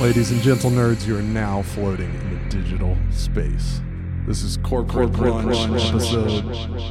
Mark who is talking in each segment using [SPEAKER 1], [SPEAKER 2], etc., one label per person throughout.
[SPEAKER 1] Ladies and gentle nerds, you are now floating in the digital space. This is Corporate Crunch episode.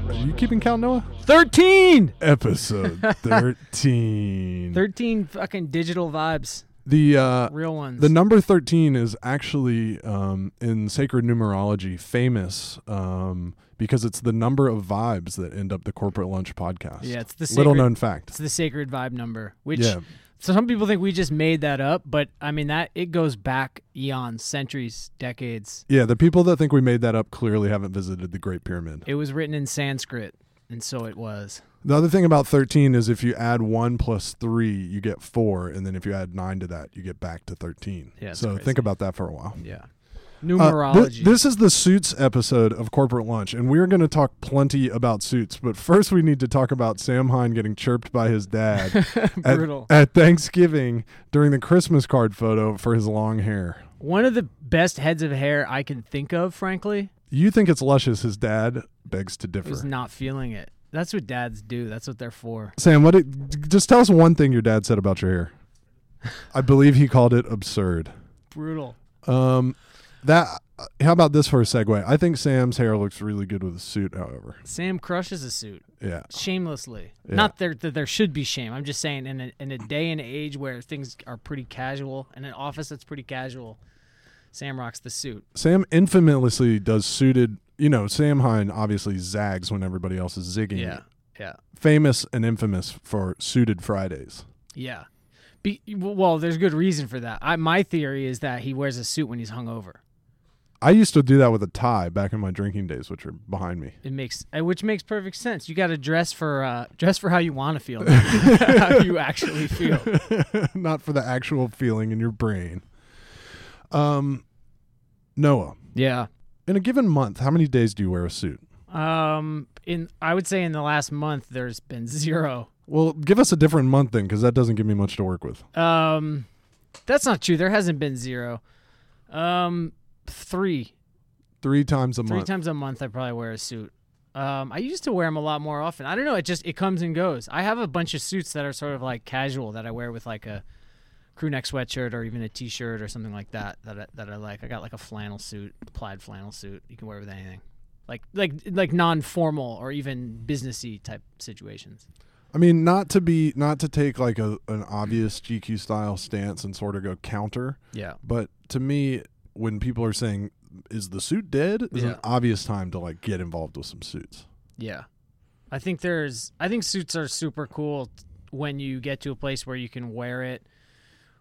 [SPEAKER 1] Are you keeping count, Noah?
[SPEAKER 2] 13!
[SPEAKER 1] Episode 13.
[SPEAKER 2] 13 fucking digital vibes.
[SPEAKER 1] The uh,
[SPEAKER 2] Real ones.
[SPEAKER 1] the number 13 is actually um, in sacred numerology famous um, because it's the number of vibes that end up the Corporate Lunch podcast.
[SPEAKER 2] Yeah, it's the
[SPEAKER 1] Little
[SPEAKER 2] sacred-
[SPEAKER 1] known fact.
[SPEAKER 2] it's the sacred vibe number, which
[SPEAKER 1] Yeah.
[SPEAKER 2] so some people think we just made that up, but I mean that it goes back eons, centuries, decades.
[SPEAKER 1] Yeah, the people that think we made that up clearly haven't visited the Great Pyramid.
[SPEAKER 2] It was written in Sanskrit, and so it was.
[SPEAKER 1] The other thing about 13 is if you add 1 plus 3, you get 4. And then if you add 9 to that, you get back to 13.
[SPEAKER 2] Yeah, it's
[SPEAKER 1] so
[SPEAKER 2] crazy.
[SPEAKER 1] think about that for a while.
[SPEAKER 2] Yeah.
[SPEAKER 1] Uh,
[SPEAKER 2] Numerology.
[SPEAKER 1] th- this is the Suits episode of Corporate Lunch, and we're going to talk plenty about Suits. But first, we need to talk about Sam Hine getting chirped by his dad at,
[SPEAKER 2] Brutal.
[SPEAKER 1] at Thanksgiving during the Christmas card photo for his long hair.
[SPEAKER 2] One of the best heads of hair I can think of, frankly,
[SPEAKER 1] You think it's luscious. His dad begs to differ.
[SPEAKER 2] was not feeling it. That's what dads do. That's what they're for.
[SPEAKER 1] Sam, what did, just tell us one thing your dad said about your hair. I believe he called it absurd.
[SPEAKER 2] Brutal.
[SPEAKER 1] Um, that. How about this for a segue? I think Sam's hair looks really good with a suit. However,
[SPEAKER 2] Sam crushes a suit.
[SPEAKER 1] yeah,
[SPEAKER 2] shamelessly.
[SPEAKER 1] Yeah.
[SPEAKER 2] Not there that there should be shame. I'm just saying in a, in a day and age where things are pretty casual, in an office that's pretty casual, Sam rocks the suit.
[SPEAKER 1] Sam infamously does suited. You know, Sam Hine obviously zags when everybody else is zigging.
[SPEAKER 2] yeah,
[SPEAKER 1] famous and infamous for suited Fridays.
[SPEAKER 2] yeah. Be, well, there's good reason for that. I, my theory is that he wears a suit when he's hungover.
[SPEAKER 1] I used to do that with a tie back in my drinking days, which are behind me.
[SPEAKER 2] It makes uh, which makes perfect sense. You got to dress for uh, dress for how you want to feel, how you actually feel.
[SPEAKER 1] Not for the actual feeling in your brain. Um, Noah,
[SPEAKER 2] Yeah.
[SPEAKER 1] in a given month, how many days do you wear a suit?
[SPEAKER 2] Um. In I would say in the last month there's been zero.
[SPEAKER 1] Well, give us a different month then, because that doesn't give me much to work with.
[SPEAKER 2] Um, that's not true. There hasn't been zero. Um, three,
[SPEAKER 1] Three times a
[SPEAKER 2] three
[SPEAKER 1] month.
[SPEAKER 2] times a month. I probably wear a suit. Um, I used to wear them a lot more often. I don't know. It just it comes and goes. I have a bunch of suits that are sort of like casual that I wear with like a crew neck sweatshirt or even a t-shirt or something like that that I, that I like. I got like a flannel suit, plaid flannel suit. You can wear with anything. Like like like non-formal or even businessy type situations.
[SPEAKER 1] I mean, not to be, not to take like a an obvious GQ style stance and sort of go counter,
[SPEAKER 2] Yeah.
[SPEAKER 1] but to me, when people are saying, "Is the suit dead?" is an
[SPEAKER 2] Yeah.
[SPEAKER 1] obvious time to like get involved with some suits.
[SPEAKER 2] Yeah. I think there's I think suits are super cool t- when you get to a place where you can wear it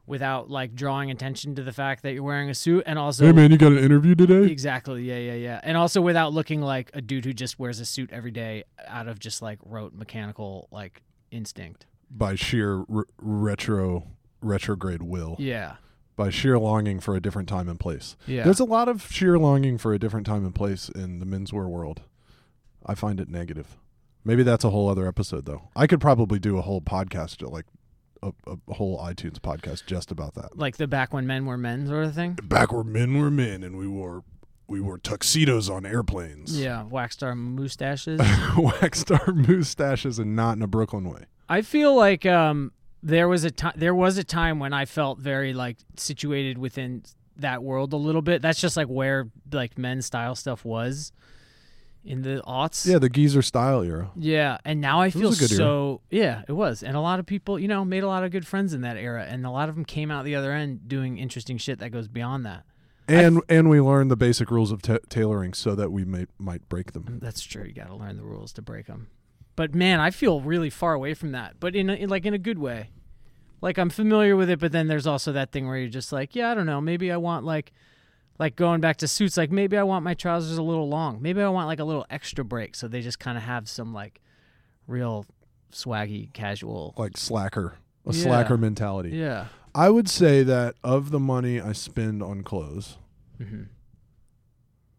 [SPEAKER 2] without like drawing attention to the fact that you're wearing a suit and also
[SPEAKER 1] hey man, you got an interview today?
[SPEAKER 2] exactly yeah yeah yeah and also without looking like a dude who just wears a suit every day out of just like rote mechanical like instinct.
[SPEAKER 1] By sheer re- retro retrograde will,
[SPEAKER 2] Yeah.
[SPEAKER 1] by sheer longing for a different time and place.
[SPEAKER 2] Yeah.
[SPEAKER 1] There's a lot of sheer longing for a different time and place in the menswear world. I find it negative. Maybe that's a whole other episode, though. I could probably do a whole podcast, like a, a whole iTunes podcast, just about that.
[SPEAKER 2] like the back when men were men sort of thing.
[SPEAKER 1] Back where men were men, and we wore we wore tuxedos on airplanes.
[SPEAKER 2] Yeah, waxed our mustaches.
[SPEAKER 1] waxed our mustaches and not in a Brooklyn way.
[SPEAKER 2] I feel like um, there was a time there was a time when I felt very like situated within that world a little bit. That's just like where like men's style stuff was in the aughts.
[SPEAKER 1] Yeah, the geezer style era.
[SPEAKER 2] Yeah, and now I feel
[SPEAKER 1] was a good era.
[SPEAKER 2] so yeah, it was. And a lot of people, you know, made a lot of good friends in that era and a lot of them came out the other end doing interesting shit that goes beyond that.
[SPEAKER 1] And and we learned the basic rules of ta tailoring so that we may, might break them.
[SPEAKER 2] That's true. You got to learn the rules to break them. But man, I feel really far away from that. But in, a, in like in a good way. Like I'm familiar with it, but then there's also that thing where you're just like, yeah, I don't know. Maybe I want like like going back to suits, like maybe I want my trousers a little long. Maybe I want like a little extra break so they just kind of have some like real swaggy casual.
[SPEAKER 1] Like slacker, a
[SPEAKER 2] Yeah.
[SPEAKER 1] slacker mentality.
[SPEAKER 2] Yeah.
[SPEAKER 1] I would say that of the money I spend on clothes,
[SPEAKER 2] hmm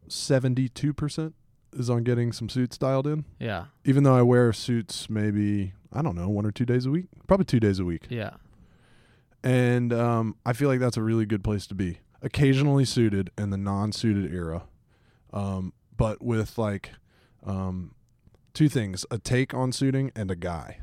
[SPEAKER 1] seventy-two percent is on getting some suits dialed in.
[SPEAKER 2] Yeah.
[SPEAKER 1] Even though I wear suits maybe I don't know one or two days a week, probably two days a week,
[SPEAKER 2] Yeah.
[SPEAKER 1] and um, I feel like that's a really good place to be. Occasionally suited in the non-suited era, um, but with like um, two things: a take on suiting and a guy.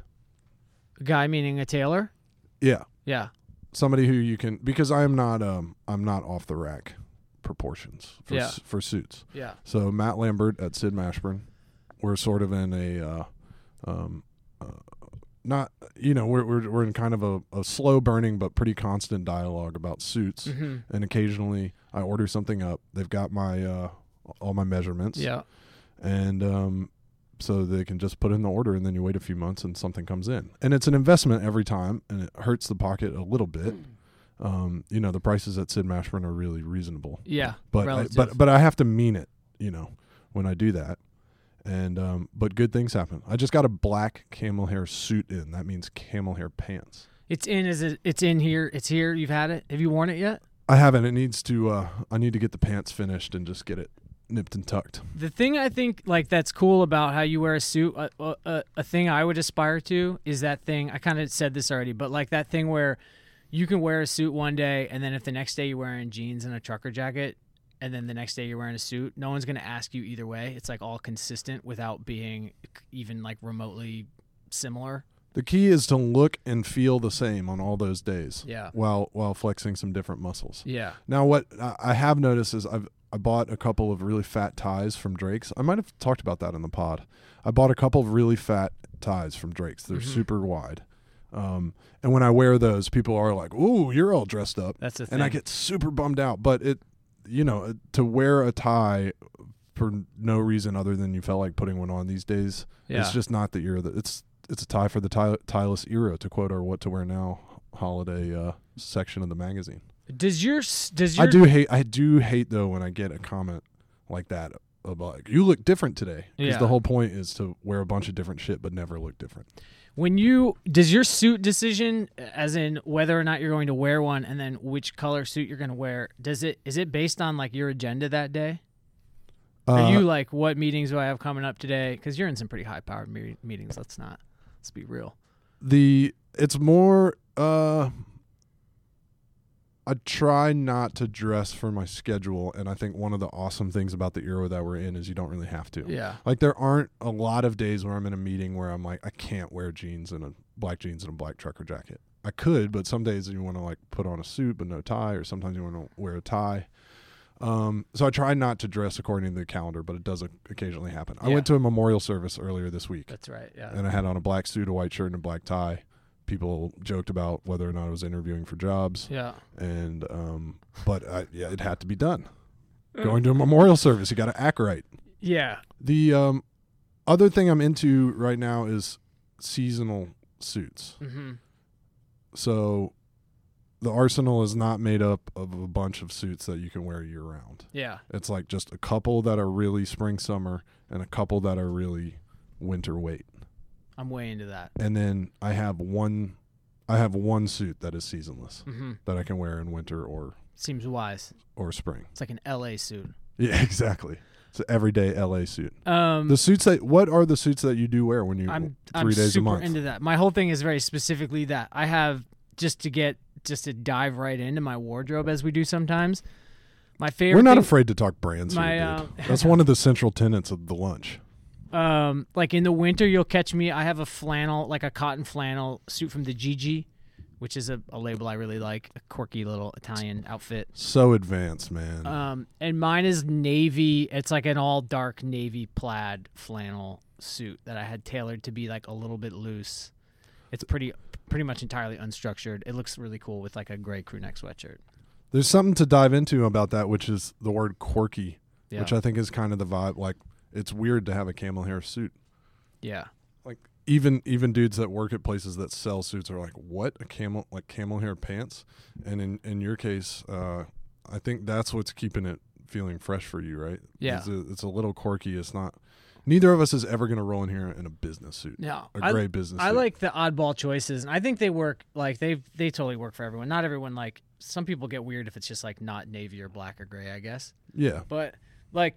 [SPEAKER 2] Guy meaning a tailor?
[SPEAKER 1] Yeah,
[SPEAKER 2] Yeah.
[SPEAKER 1] somebody who you can because I'm not um I'm not off the rack proportions for
[SPEAKER 2] Yeah.
[SPEAKER 1] s- for suits.
[SPEAKER 2] Yeah.
[SPEAKER 1] So Matt Lambert at Sid Mashburn, we're sort of in a, uh, um, uh, not you know we're we're we're in kind of a, a slow burning but pretty constant dialogue about suits,
[SPEAKER 2] hmm
[SPEAKER 1] and occasionally I order something up. They've got my uh, all my measurements,
[SPEAKER 2] Yeah.
[SPEAKER 1] and um, so they can just put in the order, and then you wait a few months and something comes in, and it's an investment every time, and it hurts the pocket a little bit. Um, you know the prices at Sid Mashburn are really reasonable
[SPEAKER 2] Yeah.
[SPEAKER 1] but I,
[SPEAKER 2] Relative.
[SPEAKER 1] but but I have to mean it, you know, when I do that. And um, but good things happen. I just got a black camel hair suit in. That means camel hair pants.
[SPEAKER 2] It's in. Is it? It's in here. It's here. You've had it. Have you worn it yet?
[SPEAKER 1] I haven't. It needs to. Uh, I need to get the pants finished and just get it nipped and tucked.
[SPEAKER 2] The thing I think like that's cool about how you wear a suit, a, a- a, a thing I would aspire to is that thing. I kind of said this already, but like that thing where you can wear a suit one day, and then if the next day you're wearing jeans and a trucker jacket, and then the next day you're wearing a suit, no one's gonna ask you either way. It's like all consistent without being even like remotely similar.
[SPEAKER 1] The key is to look and feel the same on all those days.
[SPEAKER 2] Yeah.
[SPEAKER 1] While while flexing some different muscles.
[SPEAKER 2] Yeah.
[SPEAKER 1] Now what I I have noticed is I've I bought a couple of really fat ties from Drake's. I might have talked about that in the pod. I bought a couple of really fat ties from Drake's. They're super wide. Um, and when I wear those, people are like, "Ooh, you're all dressed up,"
[SPEAKER 2] That's the thing.
[SPEAKER 1] and I get super bummed out. But it, you know, uh, to wear a tie for no reason other than you felt like putting one on these days,
[SPEAKER 2] yeah.
[SPEAKER 1] it's just not the era. That it's it's a tie for the tie, tieless era. To quote our "What to Wear Now" holiday uh, section of the magazine.
[SPEAKER 2] does your s- does
[SPEAKER 1] I
[SPEAKER 2] your
[SPEAKER 1] do hate. I do hate though when I get a comment like that about like, you look different today. Because
[SPEAKER 2] Yeah.
[SPEAKER 1] the whole point is to wear a bunch of different shit but never look different.
[SPEAKER 2] When you does your suit decision, as in whether or not you're going to wear one, and then which color suit you're going to wear, does it is it based on like your agenda that day? Are
[SPEAKER 1] Uh,
[SPEAKER 2] you like what meetings do I have coming up today? Because you're in some pretty high powered me- meetings. Let's not let's be real.
[SPEAKER 1] the it's more. uh I try not to dress for my schedule, and I think one of the awesome things about the era that we're in is you don't really have to.
[SPEAKER 2] Yeah,
[SPEAKER 1] Like there aren't a lot of days where I'm in a meeting where I'm like I can't wear jeans and a black jeans and a black trucker jacket. I could, but some days you want to like put on a suit but no tie, or sometimes you want to wear a tie. Um, so I try not to dress according to the calendar, but it does oc- occasionally happen. I
[SPEAKER 2] Yeah.
[SPEAKER 1] went to a memorial service earlier this week,
[SPEAKER 2] that's right. Yeah,
[SPEAKER 1] and I had on a black suit, a white shirt, and a black tie. People joked about whether or not I was interviewing for jobs,
[SPEAKER 2] yeah.
[SPEAKER 1] and um, but I, yeah, it had to be done.
[SPEAKER 2] Mm.
[SPEAKER 1] Going to a memorial service, you got to act right.
[SPEAKER 2] Yeah,
[SPEAKER 1] The um, other thing I'm into right now is seasonal suits.
[SPEAKER 2] hmm
[SPEAKER 1] So the arsenal is not made up of a bunch of suits that you can wear year round.
[SPEAKER 2] yeah.
[SPEAKER 1] It's like just a couple that are really spring summer and a couple that are really winter weight.
[SPEAKER 2] I'm way into that.
[SPEAKER 1] And then I have one I have one suit that is seasonless
[SPEAKER 2] hmm
[SPEAKER 1] that I can wear in winter or
[SPEAKER 2] Seems wise.
[SPEAKER 1] or spring.
[SPEAKER 2] It's like an LA suit.
[SPEAKER 1] Yeah, exactly. It's an everyday LA suit.
[SPEAKER 2] Um,
[SPEAKER 1] The suits that what are the suits that you do wear when you
[SPEAKER 2] I'm
[SPEAKER 1] three
[SPEAKER 2] I'm
[SPEAKER 1] days
[SPEAKER 2] super
[SPEAKER 1] a month?
[SPEAKER 2] into that. My whole thing is very specifically that I have just to get just to dive right into my wardrobe as we do sometimes. My favorite.
[SPEAKER 1] We're not
[SPEAKER 2] thing-
[SPEAKER 1] afraid to talk brands
[SPEAKER 2] My,
[SPEAKER 1] here, dude.
[SPEAKER 2] um,
[SPEAKER 1] That's one of the central tenets of the lunch.
[SPEAKER 2] um like in the winter you'll catch me. I have a flannel like a cotton flannel suit from the Gigi, which is a, a label I really like. A quirky little Italian outfit.
[SPEAKER 1] So advanced, man.
[SPEAKER 2] Um, and mine is navy. It's like an all dark navy plaid flannel suit that I had tailored to be like a little bit loose. It's pretty pretty much entirely unstructured. It looks really cool with like a gray crew neck sweatshirt.
[SPEAKER 1] There's something to dive into about that, which is the word quirky,
[SPEAKER 2] Yeah.
[SPEAKER 1] which I think is kind of the vibe. Like, it's weird to have a camel hair suit.
[SPEAKER 2] yeah.
[SPEAKER 1] Like, even even dudes that work at places that sell suits are like, "What a camel like camel hair pants?" And in in your case, uh, I think that's what's keeping it feeling fresh for you, right?
[SPEAKER 2] Yeah.
[SPEAKER 1] it's a, it's a little quirky. It's not. Neither of us is ever gonna roll in here in a business suit,
[SPEAKER 2] No.
[SPEAKER 1] a
[SPEAKER 2] I,
[SPEAKER 1] gray business.
[SPEAKER 2] I
[SPEAKER 1] suit.
[SPEAKER 2] like the oddball choices and I think they work like they they totally work for everyone. Not everyone like some people get weird if it's just like not navy or black or gray, I guess.
[SPEAKER 1] yeah.
[SPEAKER 2] But like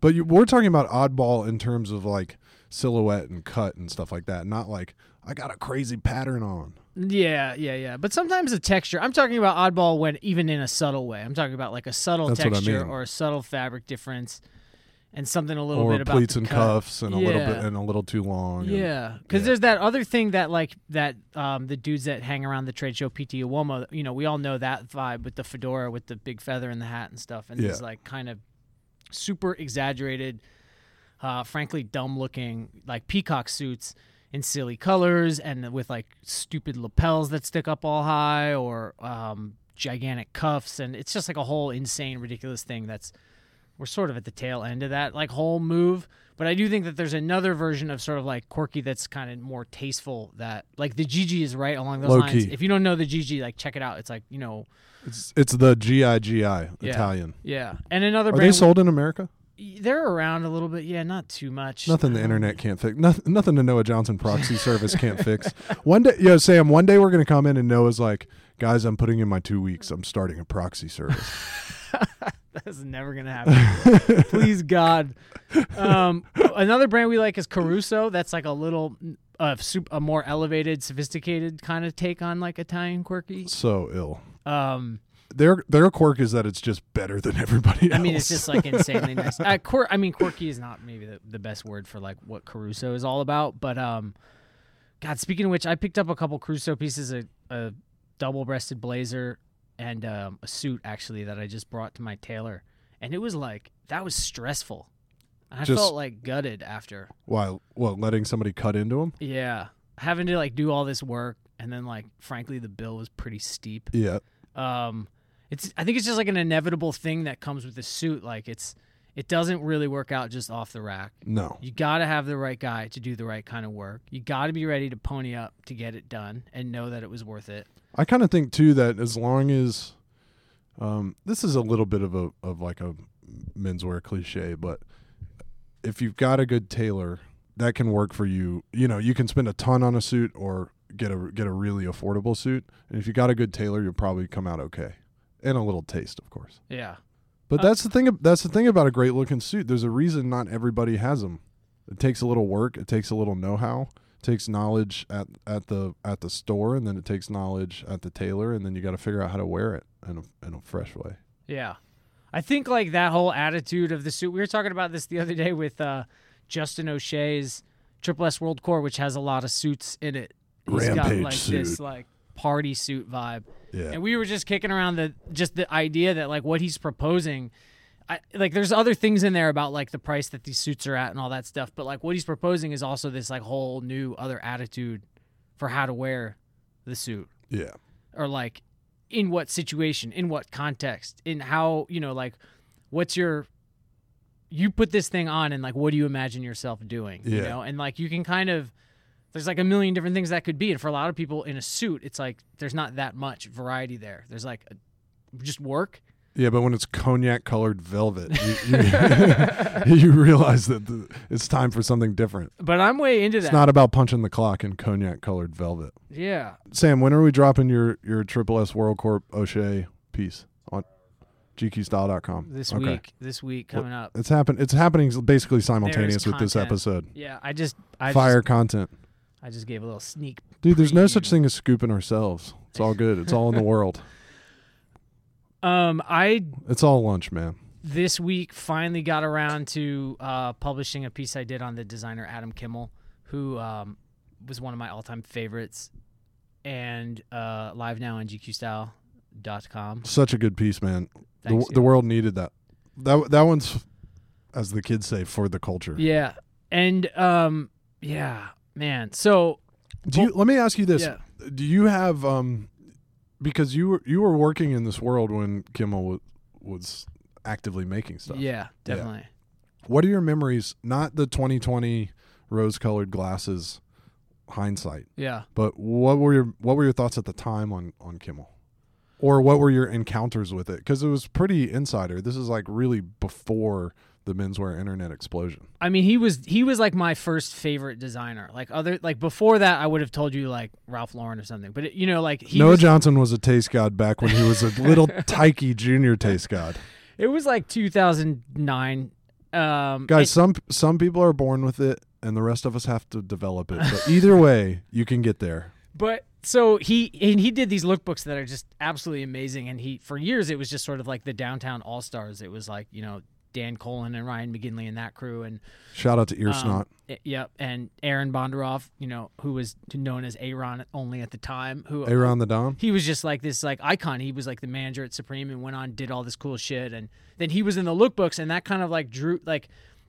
[SPEAKER 1] But you, we're talking about oddball in terms of like silhouette and cut and stuff like that, not like I got a crazy pattern on.
[SPEAKER 2] Yeah, yeah, yeah. But sometimes the texture. I'm talking about oddball when even in a subtle way. I'm talking about like a subtle
[SPEAKER 1] That's what I
[SPEAKER 2] texture
[SPEAKER 1] mean.
[SPEAKER 2] or a subtle fabric difference. and something a little
[SPEAKER 1] or
[SPEAKER 2] bit about
[SPEAKER 1] pleats
[SPEAKER 2] the
[SPEAKER 1] and
[SPEAKER 2] cut.
[SPEAKER 1] cuffs and a little bit
[SPEAKER 2] Yeah.
[SPEAKER 1] and a little too long. and-
[SPEAKER 2] Yeah, because
[SPEAKER 1] yeah.
[SPEAKER 2] there's that other thing that like that um the dudes that hang around the trade show PT Uomo, you know, we all know that vibe with the fedora with the big feather in the hat and stuff, and these
[SPEAKER 1] Yeah.
[SPEAKER 2] like kind of super exaggerated, uh, frankly dumb looking like peacock suits in silly colors and with like stupid lapels that stick up all high or um gigantic cuffs and it's just like a whole insane ridiculous thing that's we're sort of at the tail end of that like whole move but i do think that there's another version of sort of like quirky that's kind of more tasteful that like the gg is right along those
[SPEAKER 1] Low
[SPEAKER 2] lines
[SPEAKER 1] key.
[SPEAKER 2] if you don't know the gg like check it out it's like you know
[SPEAKER 1] It's, it's the GIGI Italian.
[SPEAKER 2] yeah and another
[SPEAKER 1] Are they
[SPEAKER 2] brand
[SPEAKER 1] sold in America?
[SPEAKER 2] they're around a little bit yeah not too much
[SPEAKER 1] Nothing the internet can't fix. Nothing, nothing the Noah Johnson proxy service can't fix. One day, yo, Sam, one day we're going to come in and Noah's like, guys, I'm putting in my two weeks. I'm starting a proxy service.
[SPEAKER 2] That's never gonna happen. Please God. Um, another brand we like is Caruso. That's like a little, uh, sup- a more elevated, sophisticated kind of take on like Italian quirky.
[SPEAKER 1] so ill.
[SPEAKER 2] Um,
[SPEAKER 1] Their their quirk is that it's just better than everybody else.
[SPEAKER 2] I mean, it's just like insanely nice. Uh, quir- I mean, quirky is not maybe the, the best word for like what Caruso is all about, but um, God. Speaking of which, I picked up a couple Caruso pieces, a, a double-breasted blazer, and um, a suit actually that I just brought to my tailor, and it was like that was stressful. And I
[SPEAKER 1] Just-
[SPEAKER 2] felt like gutted after.
[SPEAKER 1] Why? What? Letting somebody cut into them?
[SPEAKER 2] Yeah, having to like do all this work, and then like frankly, the bill was pretty steep
[SPEAKER 1] Yeah.
[SPEAKER 2] um it's i think it's just like an inevitable thing that comes with the suit like it's it doesn't really work out just off the rack
[SPEAKER 1] No.
[SPEAKER 2] you got to have the right guy to do the right kind of work you got to be ready to pony up to get it done and know that it was worth it
[SPEAKER 1] I kind of think too that as long as um, this is a little bit of a of like a menswear cliche, but if you've got a good tailor, that can work for you. You know, you can spend a ton on a suit or get a get a really affordable suit, and if you got a good tailor, you'll probably come out okay, and a little taste, of course.
[SPEAKER 2] yeah
[SPEAKER 1] But
[SPEAKER 2] Uh,
[SPEAKER 1] that's the thing. That's the thing about a great looking suit. There's a reason not everybody has them. It takes a little work. It takes a little know how. It takes knowledge at, at the at the store, and then it takes knowledge at the tailor, and then you got to figure out how to wear it in a in a fresh way.
[SPEAKER 2] yeah i think like that whole attitude of the suit we were talking about this the other day with uh justin o'shea's triple s world core which has a lot of suits in it He's got
[SPEAKER 1] Rampage
[SPEAKER 2] like this
[SPEAKER 1] suit.
[SPEAKER 2] like party suit vibe
[SPEAKER 1] Yeah.
[SPEAKER 2] and we were just kicking around the just the idea that like what he's proposing I, like there's other things in there about like the price that these suits are at and all that stuff but like what he's proposing is also this like whole new other attitude for how to wear the suit
[SPEAKER 1] yeah.
[SPEAKER 2] or like in what situation in what context in how you know like what's your you put this thing on and like what do you imagine yourself doing you
[SPEAKER 1] Yeah.
[SPEAKER 2] know and like you can kind of there's like a million different things that could be and for a lot of people in a suit it's like there's not that much variety there there's like a, just work
[SPEAKER 1] Yeah, but when it's cognac colored velvet, you, you, you realize that the, it's time for something different.
[SPEAKER 2] but i'm way into
[SPEAKER 1] It's
[SPEAKER 2] that
[SPEAKER 1] not about punching the clock in cognac colored velvet.
[SPEAKER 2] yeah
[SPEAKER 1] Sam, when are we dropping your your Triple S World Corp O'Shea piece on gqstyle.com?
[SPEAKER 2] this
[SPEAKER 1] Okay.
[SPEAKER 2] week this week
[SPEAKER 1] What-
[SPEAKER 2] coming up
[SPEAKER 1] It's happen. It's happening basically simultaneous with this
[SPEAKER 2] content.
[SPEAKER 1] episode.
[SPEAKER 2] yeah i just i
[SPEAKER 1] Fire
[SPEAKER 2] just,
[SPEAKER 1] content,
[SPEAKER 2] i just gave a little sneak
[SPEAKER 1] dude. There's no such
[SPEAKER 2] preview.
[SPEAKER 1] thing as scooping ourselves. It's all good. It's all in the world.
[SPEAKER 2] um i
[SPEAKER 1] It's all lunch, man.
[SPEAKER 2] this week finally got around to uh, publishing a piece I did on the designer Adam Kimmel, who um, was one of my all-time favorites, and uh, live now on GQStyle.com.
[SPEAKER 1] Such a good piece, man. The,
[SPEAKER 2] Thanks,
[SPEAKER 1] the world needed that. That that one's, as the kids say, for the culture.
[SPEAKER 2] yeah, and um, yeah, man. So
[SPEAKER 1] Do you? Let me ask you this.
[SPEAKER 2] yeah.
[SPEAKER 1] Do you have um, because you were you were working in this world when Kimmel wa was actively making stuff.
[SPEAKER 2] yeah, definitely.
[SPEAKER 1] What are your memories? Not the 2020 rose-colored glasses hindsight.
[SPEAKER 2] Yeah.
[SPEAKER 1] But what were your what were your thoughts at the time on on Kimmel, or what were your encounters with it? Because it was pretty insider. This is like really before the menswear internet explosion.
[SPEAKER 2] I mean, he was he was like my first favorite designer. Like other like before that, I would have told you like Ralph Lauren or something. But it, you know, like he
[SPEAKER 1] Noah
[SPEAKER 2] was-
[SPEAKER 1] Johnson was a taste god back when he was a little tykey junior taste god.
[SPEAKER 2] it was like 2009. Um,
[SPEAKER 1] Guys, some some people are born with it, and the rest of us have to develop it. But either way, you can get there.
[SPEAKER 2] But so he and he did these lookbooks that are just absolutely amazing. And he for years it was just sort of like the downtown all stars. It was like you know Dan Colin and Ryan McGinley and that crew and
[SPEAKER 1] Shout out to Ear
[SPEAKER 2] Um,
[SPEAKER 1] Snot.
[SPEAKER 2] y- yep and Aaron Bondaroff, you know, who was known as Aaron only at the time, who
[SPEAKER 1] Aaron the Dom.
[SPEAKER 2] he was just like this like icon. He was like the manager at Supreme and went on did all this cool shit and then he was in the lookbooks and that kind of like drew like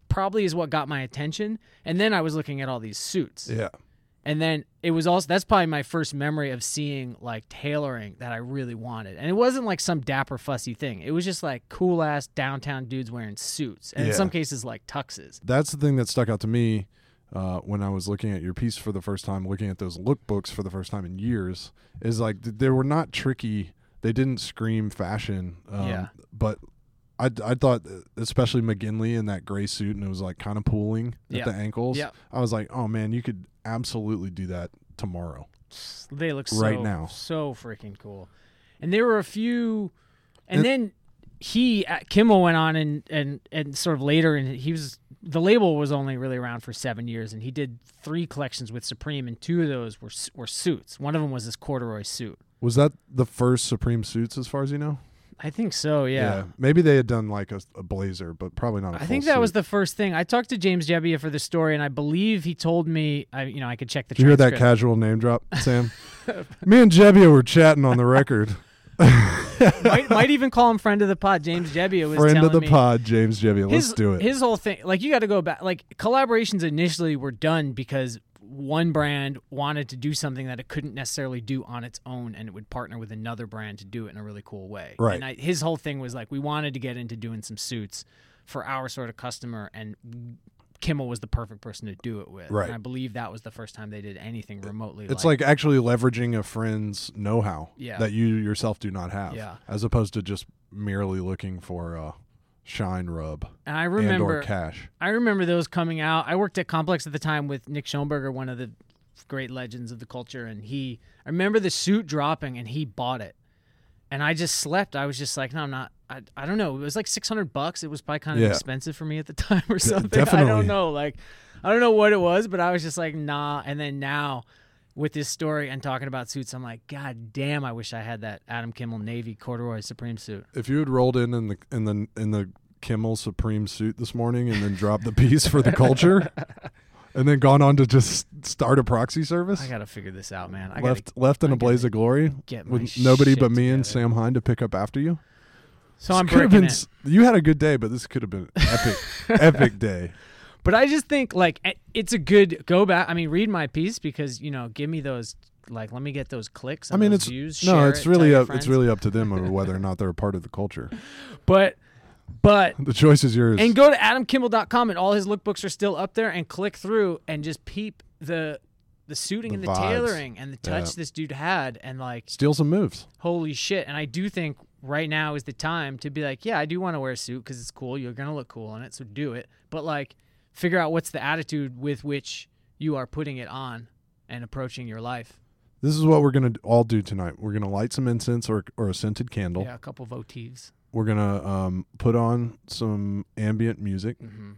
[SPEAKER 2] probably is what got my attention. And then I was looking at all these suits.
[SPEAKER 1] Yeah.
[SPEAKER 2] And then it was also that's probably my first memory of seeing like tailoring that I really wanted. And it wasn't like some dapper fussy thing. It was just like cool ass downtown dudes wearing suits and
[SPEAKER 1] Yeah.
[SPEAKER 2] in some cases like tuxes.
[SPEAKER 1] That's the thing that stuck out to me uh, when I was looking at your piece for the first time, looking at those lookbooks for the first time in years, is like th- they were not tricky. They didn't scream fashion. Um,
[SPEAKER 2] Yeah.
[SPEAKER 1] But I, I thought, uh, especially McGinley in that gray suit and it was like kind of pooling
[SPEAKER 2] Yeah.
[SPEAKER 1] at the ankles.
[SPEAKER 2] Yeah.
[SPEAKER 1] I was like, oh man, you could absolutely do that tomorrow.
[SPEAKER 2] They look so,
[SPEAKER 1] Right now.
[SPEAKER 2] so freaking cool. And there were a few, and
[SPEAKER 1] And-
[SPEAKER 2] then he uh, Kimmel went on and and and sort of later, and he was the label was only really around for seven years, and he did three collections with Supreme, and two of those were s- were suits. One of them was this corduroy suit.
[SPEAKER 1] Was that the first Supreme Suits, as far as you know?
[SPEAKER 2] I think so. yeah.
[SPEAKER 1] Maybe they had done like a, a blazer, but probably not. I
[SPEAKER 2] I think that was the first thing. I talked to James Jebbia for the story, and I believe he told me. I, you know, I could check the.
[SPEAKER 1] Did you hear that
[SPEAKER 2] transcript.
[SPEAKER 1] casual name drop, Sam? Me and Jebbia were chatting on the record.
[SPEAKER 2] might, might even call him friend of the pod. James Jebbia was
[SPEAKER 1] Friend of
[SPEAKER 2] telling
[SPEAKER 1] the
[SPEAKER 2] me
[SPEAKER 1] pod, James Jebbia.
[SPEAKER 2] His,
[SPEAKER 1] Let's do it.
[SPEAKER 2] His whole thing, like you got to go back. Like collaborations initially were done because one brand wanted to do something that it couldn't necessarily do on its own, and it would partner with another brand to do it in a really cool way.
[SPEAKER 1] Right.
[SPEAKER 2] And I, his whole thing was like we wanted to get into doing some suits for our sort of customer and. Kimmel was the perfect person to do it with.
[SPEAKER 1] Right.
[SPEAKER 2] And I believe that was the first time they did anything remotely.
[SPEAKER 1] it's like actually leveraging a friend's know-how
[SPEAKER 2] Yeah.
[SPEAKER 1] that you yourself do not have,
[SPEAKER 2] Yeah.
[SPEAKER 1] as opposed to just merely looking for uh, shine rub
[SPEAKER 2] and I
[SPEAKER 1] and or
[SPEAKER 2] remember
[SPEAKER 1] cash.
[SPEAKER 2] I remember those coming out. I worked at Complex at the time with Nick Schoenberger, one of the great legends of the culture, and he I remember the suit dropping and he bought it. And I just slept. I was just like, no, I'm not I, I don't know. It was like 600 bucks. It was probably kind of
[SPEAKER 1] Yeah.
[SPEAKER 2] expensive for me at the time or something. I
[SPEAKER 1] definitely.
[SPEAKER 2] don't know. Like I don't know what it was, but I was just like, nah. And then now with this story and talking about suits, I'm like, God damn, I wish I had that Adam Kimmel Navy corduroy Supreme suit.
[SPEAKER 1] If you had rolled in in the in the in the Kimmel Supreme suit this morning and then dropped the piece for the culture, and then gone on to just start a proxy service,
[SPEAKER 2] I gotta figure this out, man. I gotta
[SPEAKER 1] left left in a
[SPEAKER 2] I gotta
[SPEAKER 1] blaze of glory,
[SPEAKER 2] get my
[SPEAKER 1] with nobody but
[SPEAKER 2] shit
[SPEAKER 1] me and
[SPEAKER 2] together.
[SPEAKER 1] Sam Hine to pick up after you.
[SPEAKER 2] So
[SPEAKER 1] This
[SPEAKER 2] I'm
[SPEAKER 1] could have
[SPEAKER 2] breaking
[SPEAKER 1] been
[SPEAKER 2] it.
[SPEAKER 1] s- You had a good day, but this could have been epic, epic day.
[SPEAKER 2] But I just think like it- it's a good go back. I mean, read my piece because you know, give me those like let me get those clicks.
[SPEAKER 1] I
[SPEAKER 2] and
[SPEAKER 1] mean,
[SPEAKER 2] those
[SPEAKER 1] it's
[SPEAKER 2] views,
[SPEAKER 1] no,
[SPEAKER 2] share
[SPEAKER 1] it's
[SPEAKER 2] it, tell
[SPEAKER 1] really
[SPEAKER 2] your
[SPEAKER 1] up, it's
[SPEAKER 2] friends.
[SPEAKER 1] really up to them of whether or not they're a part of the culture.
[SPEAKER 2] But but
[SPEAKER 1] The choice is yours.
[SPEAKER 2] and go to AdamKimmel.com and all his lookbooks are still up there and click through and just peep the the suiting
[SPEAKER 1] The
[SPEAKER 2] and the
[SPEAKER 1] vibes.
[SPEAKER 2] tailoring and the touch
[SPEAKER 1] Yeah.
[SPEAKER 2] this dude had and like
[SPEAKER 1] Steal some moves.
[SPEAKER 2] holy shit. And I do think right now is the time to be like, yeah, I do want to wear a suit because it's cool. You're going to look cool in it. So do it. But like, figure out what's the attitude with which you are putting it on and approaching your life.
[SPEAKER 1] This is what we're gonna all do tonight. We're gonna light some incense or or a scented candle.
[SPEAKER 2] Yeah, a couple of votives.
[SPEAKER 1] We're gonna um, put on some ambient music.
[SPEAKER 2] Mm-hmm.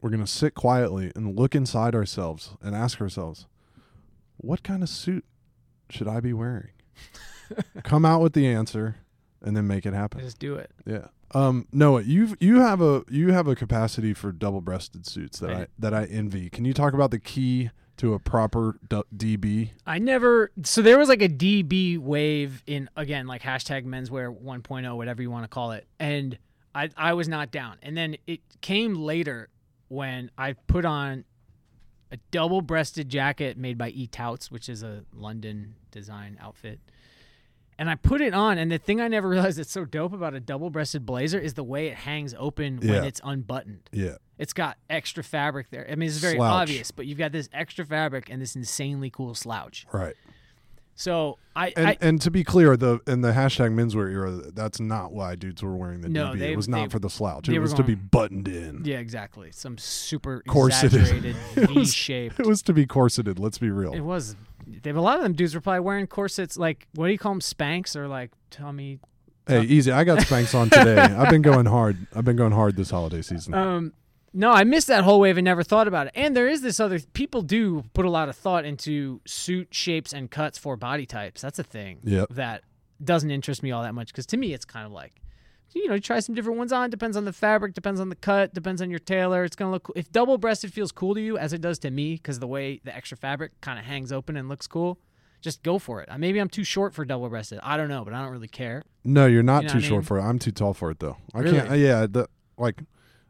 [SPEAKER 1] We're gonna sit quietly and look inside ourselves and ask ourselves, what kind of suit should I be wearing? Come out with the answer, and then make it happen.
[SPEAKER 2] Just do it.
[SPEAKER 1] Yeah. Um, Noah, you've you have a you have a capacity for double breasted suits that
[SPEAKER 2] I
[SPEAKER 1] I,
[SPEAKER 2] do.
[SPEAKER 1] that I envy. Can you talk about the key to a proper d- DB?
[SPEAKER 2] I never. So there was like a DB wave in again like hashtag menswear 1.0, whatever you want to call it, and I I was not down. And then it came later when I put on a double-breasted jacket made by E Touts, which is a London design outfit. And I put it on, and the thing I never realized that's so dope about a double-breasted blazer is the way it hangs open
[SPEAKER 1] Yeah.
[SPEAKER 2] when it's unbuttoned.
[SPEAKER 1] Yeah.
[SPEAKER 2] It's got extra fabric there. I mean, it's very
[SPEAKER 1] Slouch.
[SPEAKER 2] obvious, but you've got this extra fabric and this insanely cool slouch.
[SPEAKER 1] Right.
[SPEAKER 2] So I,
[SPEAKER 1] And
[SPEAKER 2] I
[SPEAKER 1] and to be clear, the in the hashtag menswear era, that's not why dudes were wearing the
[SPEAKER 2] No,
[SPEAKER 1] DB.
[SPEAKER 2] they-
[SPEAKER 1] it was not
[SPEAKER 2] they-
[SPEAKER 1] for the slouch.
[SPEAKER 2] they
[SPEAKER 1] It
[SPEAKER 2] were
[SPEAKER 1] was to be buttoned in.
[SPEAKER 2] yeah, exactly. Some super
[SPEAKER 1] Corseted.
[SPEAKER 2] exaggerated
[SPEAKER 1] It was-
[SPEAKER 2] V-shaped.
[SPEAKER 1] It was to be corseted, let's be real.
[SPEAKER 2] It was. They, a lot of them dudes were probably wearing corsets. Like, what do you call them? Spanks or like tummy? uh,
[SPEAKER 1] hey, easy. I got Spanx on today. I've been going hard. I've been going hard this holiday season.
[SPEAKER 2] Um, no, I missed that whole wave and never thought about it. And there is this other. People do put a lot of thought into suit shapes and cuts for body types. That's a thing.
[SPEAKER 1] Yep.
[SPEAKER 2] That doesn't interest me all that much because to me it's kind of like you know, try some different ones on. Depends on the fabric, depends on the cut, depends on your tailor. It's gonna look cool. if double breasted feels cool to you, as it does to me, because the way the extra fabric kind of hangs open and looks cool. Just go for it. Uh, Maybe I'm too short for double breasted. I don't know, but I don't really care.
[SPEAKER 1] No, you're not
[SPEAKER 2] You know
[SPEAKER 1] too
[SPEAKER 2] what I
[SPEAKER 1] short
[SPEAKER 2] mean?
[SPEAKER 1] for it. I'm too tall for it though. I
[SPEAKER 2] Really?
[SPEAKER 1] can't. uh, yeah, the, like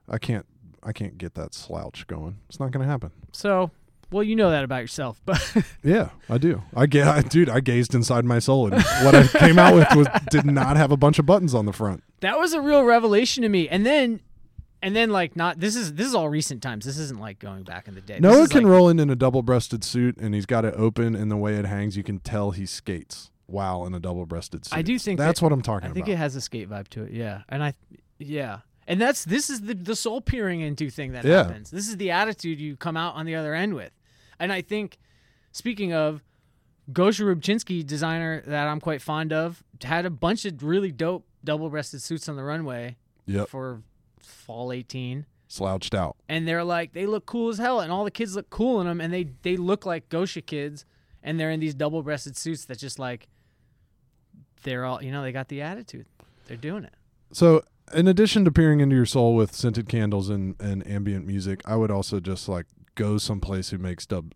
[SPEAKER 1] I can't. I can't get that slouch going. It's not going to happen.
[SPEAKER 2] So, well, you know that about yourself, but
[SPEAKER 1] Yeah, I do. I get, I, dude. I gazed inside my soul, and what I came out with was did not have a bunch of buttons on the front.
[SPEAKER 2] that was a real revelation to me. And then, and then like not this is this is all recent times. This isn't like going back in the day.
[SPEAKER 1] Noah
[SPEAKER 2] This is,
[SPEAKER 1] can
[SPEAKER 2] like-
[SPEAKER 1] roll in in a double-breasted suit, and he's got it open, and the way it hangs, you can tell he skates. Wow, in a double-breasted suit.
[SPEAKER 2] I do think
[SPEAKER 1] that's
[SPEAKER 2] that-
[SPEAKER 1] what I'm talking
[SPEAKER 2] I think
[SPEAKER 1] about.
[SPEAKER 2] it has a skate vibe to it. Yeah, and I yeah, and that's this is the the soul peering into thing that
[SPEAKER 1] Yeah.
[SPEAKER 2] happens. This is the attitude you come out on the other end with, and I think speaking of. Gosha Rubchinsky, designer that I'm quite fond of, had a bunch of really dope double-breasted suits on the runway
[SPEAKER 1] yep,
[SPEAKER 2] for fall 18.
[SPEAKER 1] slouched out.
[SPEAKER 2] and they're like they look cool as hell and all the kids look cool in them and they they look like gosha kids and they're in these double-breasted suits that just like they're all you know they got the attitude they're doing it
[SPEAKER 1] So, in addition to peering into your soul with scented candles and, and ambient music, I would also just like go someplace who makes dub,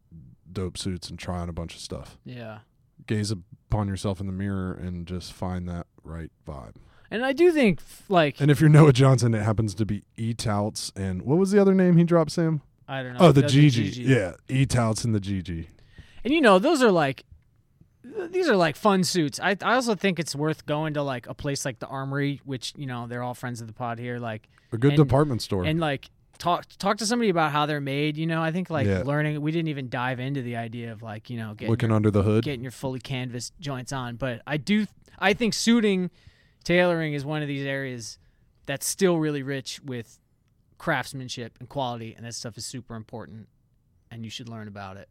[SPEAKER 1] dope suits and try on a bunch of stuff.
[SPEAKER 2] yeah
[SPEAKER 1] Gaze upon yourself in the mirror and just find that right vibe.
[SPEAKER 2] and i do think f- like
[SPEAKER 1] And if you're Noah Johnson, it happens to be E Touts and what was the other name he dropped, Sam?
[SPEAKER 2] i don't know
[SPEAKER 1] Oh, the
[SPEAKER 2] that's
[SPEAKER 1] GG. Yeah, E Touts and the GG.
[SPEAKER 2] and you know those are like th- these are like fun suits I, I also think it's worth going to like a place like the armory which you know they're all friends of the pod here like
[SPEAKER 1] A good
[SPEAKER 2] And-
[SPEAKER 1] department store.
[SPEAKER 2] and like talk talk to somebody about how they're made you know i think like
[SPEAKER 1] Yeah.
[SPEAKER 2] learning we didn't even dive into the idea of like you know getting
[SPEAKER 1] Looking under the hood.
[SPEAKER 2] getting your fully canvas joints on. But I do, I think suiting, tailoring is one of these areas that's still really rich with craftsmanship and quality, and that stuff is super important, and you should learn about it